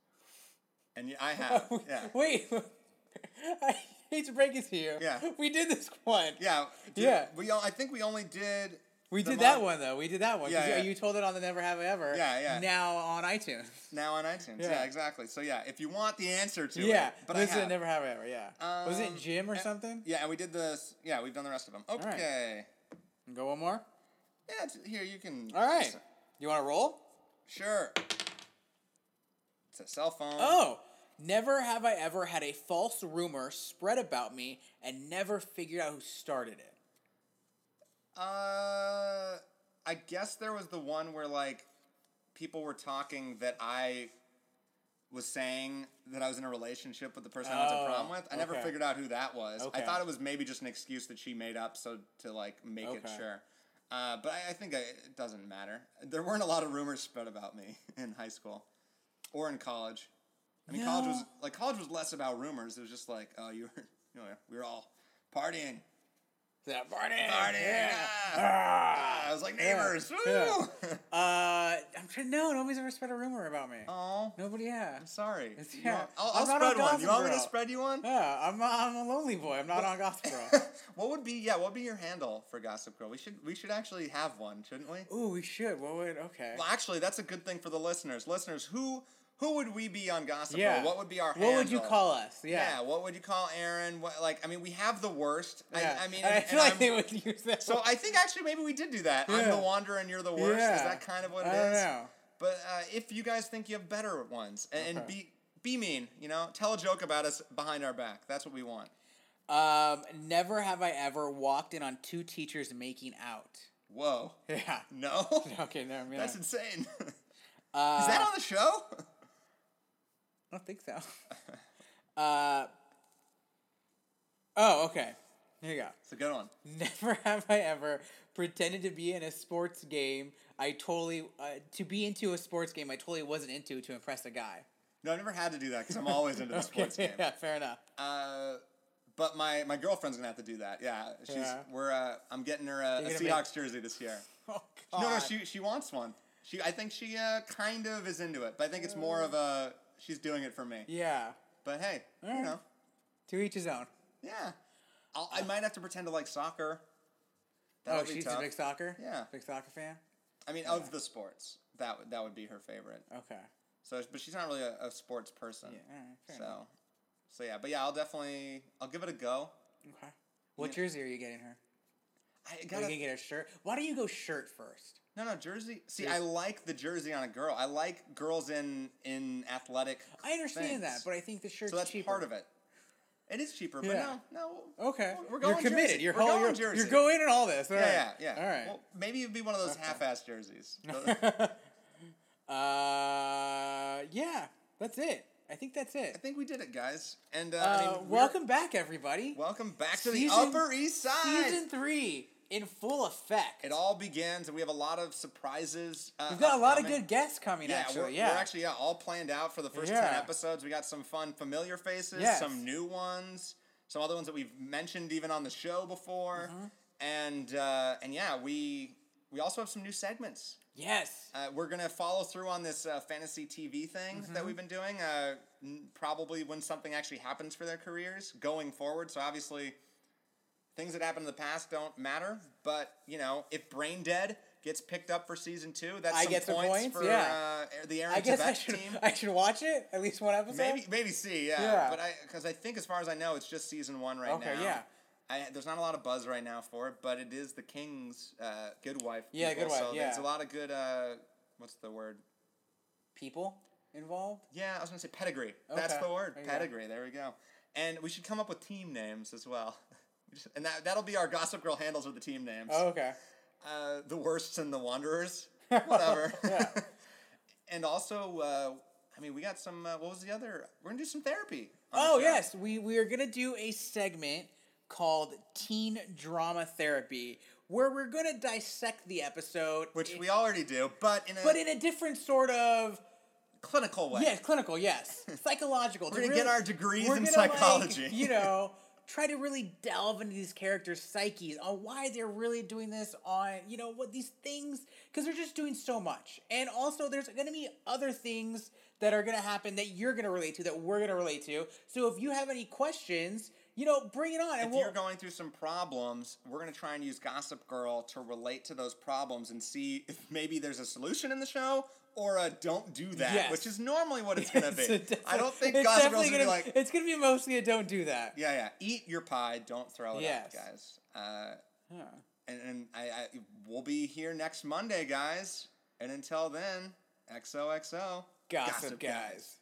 Speaker 2: And y-
Speaker 3: [laughs]
Speaker 2: I have. yeah.
Speaker 3: Wait. [laughs] I hate to break it to you.
Speaker 2: Yeah.
Speaker 3: We did this [laughs] one.
Speaker 2: Yeah. dude,
Speaker 3: Yeah.
Speaker 2: We all, I think we only did.
Speaker 3: We
Speaker 2: the
Speaker 3: did that
Speaker 2: mom-
Speaker 3: one though. We did that one. 'cause
Speaker 2: Yeah, yeah.
Speaker 3: you- You told it on the Never Have I Ever.
Speaker 2: Yeah, yeah.
Speaker 3: Now on iTunes.
Speaker 2: Now on iTunes. Yeah.
Speaker 3: Yeah.
Speaker 2: exactly. So yeah, if you want the answer to it.
Speaker 3: yeah.
Speaker 2: But
Speaker 3: listen
Speaker 2: I
Speaker 3: to
Speaker 2: have.
Speaker 3: Never Have I Ever. Yeah. Was it
Speaker 2: Um,
Speaker 3: Jim or
Speaker 2: eh,
Speaker 3: something?
Speaker 2: Yeah, and we did this. Yeah, we've done the rest of them.
Speaker 3: right.
Speaker 2: Okay.
Speaker 3: Go one more.
Speaker 2: Yeah, it's, here you can.
Speaker 3: All right. You want to roll?
Speaker 2: Sure. It's a cell phone.
Speaker 3: Oh. Never have I ever had a false rumor spread about me and never figured out who started it.
Speaker 2: Uh, I guess there was the one where like people were talking that I was saying that I was in a relationship with the person I went to
Speaker 3: Oh,
Speaker 2: prom with. I never
Speaker 3: okay.
Speaker 2: figured out who that was. I
Speaker 3: Okay.
Speaker 2: thought it was maybe just an excuse that she made up so to like make it
Speaker 3: Okay.
Speaker 2: sure. Uh, but I, I think I, it doesn't matter. There weren't a lot of rumors spread about me [laughs] in high school or in college. I mean, college was
Speaker 3: No.
Speaker 2: like [laughs] college was less about rumors. It was just like, oh, you were, you know, we were all partying.
Speaker 3: that party,
Speaker 2: Party,
Speaker 3: yeah.
Speaker 2: ah. I was like
Speaker 3: yeah,
Speaker 2: neighbors.
Speaker 3: yeah.
Speaker 2: Woo! [laughs]
Speaker 3: Uh, I'm trying. No, nobody's ever spread a rumor about me.
Speaker 2: oh,
Speaker 3: Nobody
Speaker 2: I'm
Speaker 3: has.
Speaker 2: sorry.
Speaker 3: It's-
Speaker 2: You
Speaker 3: yeah.
Speaker 2: want- I'll,
Speaker 3: I'm
Speaker 2: I'll
Speaker 3: not
Speaker 2: spread
Speaker 3: on
Speaker 2: one. You want me to
Speaker 3: Gossip
Speaker 2: spread you one?
Speaker 3: Yeah, I'm I'm a lonely boy. I'm not on Gossip
Speaker 2: [laughs]
Speaker 3: Girl.
Speaker 2: what would be? Yeah, what would be your handle for Gossip Girl? We should we should actually have one, shouldn't we?
Speaker 3: Ooh, we should. What would? Okay.
Speaker 2: Well, actually, that's a good thing for the listeners. Listeners, who who would we be on Gossip
Speaker 3: Yeah.
Speaker 2: Girl? What would be our?
Speaker 3: What would you
Speaker 2: handle?
Speaker 3: call us?
Speaker 2: Yeah.
Speaker 3: Yeah.
Speaker 2: What would you call Aaron? What like? I mean, we have the worst.
Speaker 3: yeah.
Speaker 2: I, I mean,
Speaker 3: I
Speaker 2: and-
Speaker 3: feel
Speaker 2: and
Speaker 3: like
Speaker 2: I'm-
Speaker 3: they would use that.
Speaker 2: So
Speaker 3: one.
Speaker 2: I think actually maybe we did do that. I'm
Speaker 3: Yeah.
Speaker 2: the wanderer and you're the worst. Is
Speaker 3: Yeah.
Speaker 2: that kind of what it
Speaker 3: I
Speaker 2: is?
Speaker 3: don't know.
Speaker 2: But uh, if you guys think you have better ones and, and
Speaker 3: Okay.
Speaker 2: be be mean, you know, tell a joke about us behind our back. That's what we want.
Speaker 3: Um, never have I ever walked in on two teachers making out. [laughs]
Speaker 2: Whoa. [laughs]
Speaker 3: Yeah.
Speaker 2: No.
Speaker 3: [laughs] Okay, no, I'm gonna.
Speaker 2: That's insane. is
Speaker 3: [laughs] uh,
Speaker 2: that on the show? [laughs]
Speaker 3: I don't think so. [laughs] uh, oh, okay. Here you go. [laughs]
Speaker 2: It's a good one.
Speaker 3: Never have I ever pretended to be in a sports game. I totally uh, to be into a sports game. I totally wasn't into to impress a guy.
Speaker 2: No, I've never had to do that because I'm always
Speaker 3: [laughs]
Speaker 2: into the sports game.
Speaker 3: yeah, fair enough. [laughs]
Speaker 2: Uh, but my, my girlfriend's gonna have to do that. Yeah, she's
Speaker 3: Yeah.
Speaker 2: we're uh, I'm getting her a, a
Speaker 3: You're gonna make-
Speaker 2: Seahawks jersey this year.
Speaker 3: Oh God.
Speaker 2: No, no, she she wants one. She I think she uh, kind of is into it, but I think it's more of a she's doing it for me.
Speaker 3: Mm. Yeah. Mm.
Speaker 2: But hey, you
Speaker 3: Alright.
Speaker 2: know,
Speaker 3: To each his own.
Speaker 2: yeah, I'll, I might have to pretend to like soccer.
Speaker 3: Oh,
Speaker 2: That'll be
Speaker 3: she's
Speaker 2: tough.
Speaker 3: a big soccer.
Speaker 2: Yeah.
Speaker 3: Big soccer fan.
Speaker 2: I mean, of the sports, that would that would be her favorite.
Speaker 3: Okay.
Speaker 2: So, but she's not really a, a sports person.
Speaker 3: Yeah. All right. Fair
Speaker 2: so,
Speaker 3: enough.
Speaker 2: so yeah, but yeah, I'll definitely I'll give it a go.
Speaker 3: Okay. What jersey are you getting her?
Speaker 2: I
Speaker 3: Are you
Speaker 2: gotta
Speaker 3: gonna get her shirt? Why do you go shirt first?
Speaker 2: no no jersey. See, I like the jersey on a girl. I like girls in in athletic.
Speaker 3: I understand that,
Speaker 2: things.
Speaker 3: but I think the shirt's
Speaker 2: so that's
Speaker 3: cheaper.
Speaker 2: part of it. It is cheaper, but
Speaker 3: Yeah.
Speaker 2: no, no.
Speaker 3: Okay.
Speaker 2: we're going
Speaker 3: you're committed.
Speaker 2: Jersey.
Speaker 3: You're
Speaker 2: We're
Speaker 3: whole-
Speaker 2: going
Speaker 3: you're,
Speaker 2: Jersey.
Speaker 3: You're going in all this. All right.
Speaker 2: Yeah, yeah, yeah.
Speaker 3: All right.
Speaker 2: Well, maybe it'd be one of those half-ass
Speaker 3: [laughs]
Speaker 2: jerseys.
Speaker 3: uh, yeah, that's it. I think that's it.
Speaker 2: I think we did it, guys. And uh, I
Speaker 3: uh,
Speaker 2: mean, we're-
Speaker 3: welcome back, everybody.
Speaker 2: welcome back to the
Speaker 3: Season-
Speaker 2: Upper East Side.
Speaker 3: Season three in full effect.
Speaker 2: It all begins, and we have a lot of surprises. Uh,
Speaker 3: We've got a lot of
Speaker 2: upcoming.
Speaker 3: good guests coming.
Speaker 2: Yeah,
Speaker 3: actually,
Speaker 2: we're,
Speaker 3: yeah.
Speaker 2: we're actually yeah, all planned out for the first ten
Speaker 3: Yeah.
Speaker 2: episodes. We got some fun familiar faces,
Speaker 3: Yes.
Speaker 2: some new ones, some other ones that we've mentioned even on the show before,
Speaker 3: Mm-hmm.
Speaker 2: and uh, and yeah, we we also have some new segments.
Speaker 3: yes.
Speaker 2: Uh, we're gonna follow through on this uh, fantasy TV thing
Speaker 3: Mm-hmm.
Speaker 2: that we've been doing. Uh, n- probably when something actually happens for their careers going forward. So obviously, things that happened in the past don't matter. But you know, if Brain Dead gets picked up for season two, that's
Speaker 3: I
Speaker 2: some
Speaker 3: get some
Speaker 2: points,
Speaker 3: points,
Speaker 2: for
Speaker 3: yeah.
Speaker 2: uh, the Aaron
Speaker 3: I guess I
Speaker 2: Tveit
Speaker 3: should.
Speaker 2: team.
Speaker 3: I should watch it at least one episode.
Speaker 2: Maybe maybe C, yeah.
Speaker 3: Yeah.
Speaker 2: But I because I think as far as I know, it's just season one right
Speaker 3: Okay,
Speaker 2: now.
Speaker 3: yeah.
Speaker 2: I, there's not a lot of buzz right now for it, but it is the King's uh, Good Wife.
Speaker 3: Yeah,
Speaker 2: people,
Speaker 3: Good Wife,
Speaker 2: So there's
Speaker 3: yeah.
Speaker 2: a lot of good. Uh, what's the word?
Speaker 3: people involved.
Speaker 2: Yeah, I was gonna say pedigree. That's
Speaker 3: Okay,
Speaker 2: the word.
Speaker 3: there you go.
Speaker 2: pedigree. There we go. And we should come up with team names as well. [laughs] We just- And that that'll be our Gossip Girl handles with the team names.
Speaker 3: Oh, okay.
Speaker 2: Uh, the worsts and the
Speaker 3: [laughs]
Speaker 2: wanderers. Whatever.
Speaker 3: Yeah.
Speaker 2: [laughs] and also, uh, I mean, we got some. Uh, what was the other? We're gonna do some therapy. on the
Speaker 3: Oh
Speaker 2: show.
Speaker 3: yes, we we are gonna do a segment called Teen Drama Therapy, where we're gonna dissect the episode,
Speaker 2: Which
Speaker 3: i-
Speaker 2: we already do, but in a
Speaker 3: but in a different sort of
Speaker 2: clinical way.
Speaker 3: yeah, clinical,
Speaker 2: [laughs]
Speaker 3: yes, psychological.
Speaker 2: We're gonna get our degrees
Speaker 3: we're
Speaker 2: in
Speaker 3: gonna, like,
Speaker 2: psychology. [laughs]
Speaker 3: you know, try to really delve into these characters' psyches on why they're really doing this, on you know what these things because they're just doing so much, and also there's gonna be other things that are gonna happen that you're gonna relate to, that we're gonna relate to. So if you have any questions, you know, bring it on, and
Speaker 2: if
Speaker 3: we'll
Speaker 2: you're going through some problems, we're going to try and use Gossip Girl to relate to those problems and see if maybe there's a solution in the show or a don't do that,
Speaker 3: Yes.
Speaker 2: which is normally what
Speaker 3: [laughs]
Speaker 2: it's going to
Speaker 3: It's
Speaker 2: be.
Speaker 3: defi-
Speaker 2: I don't think
Speaker 3: it's
Speaker 2: Gossip Girl's
Speaker 3: definitely
Speaker 2: going to be like,
Speaker 3: It's gonna be mostly a don't do that.
Speaker 2: yeah, yeah, eat your pie, don't throw it
Speaker 3: Yes.
Speaker 2: up, guys. Uh, And, and I, I, we'll be here next Monday, guys. And until then, XOXO.
Speaker 3: Gossip, guys.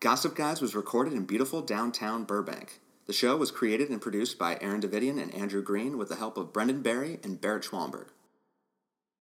Speaker 2: Gossip Guys was recorded in beautiful downtown Burbank. The show was created and produced by Aaron Davidian and Andrew Green with the help of Brendan Barry and Barrett Schwalmberg.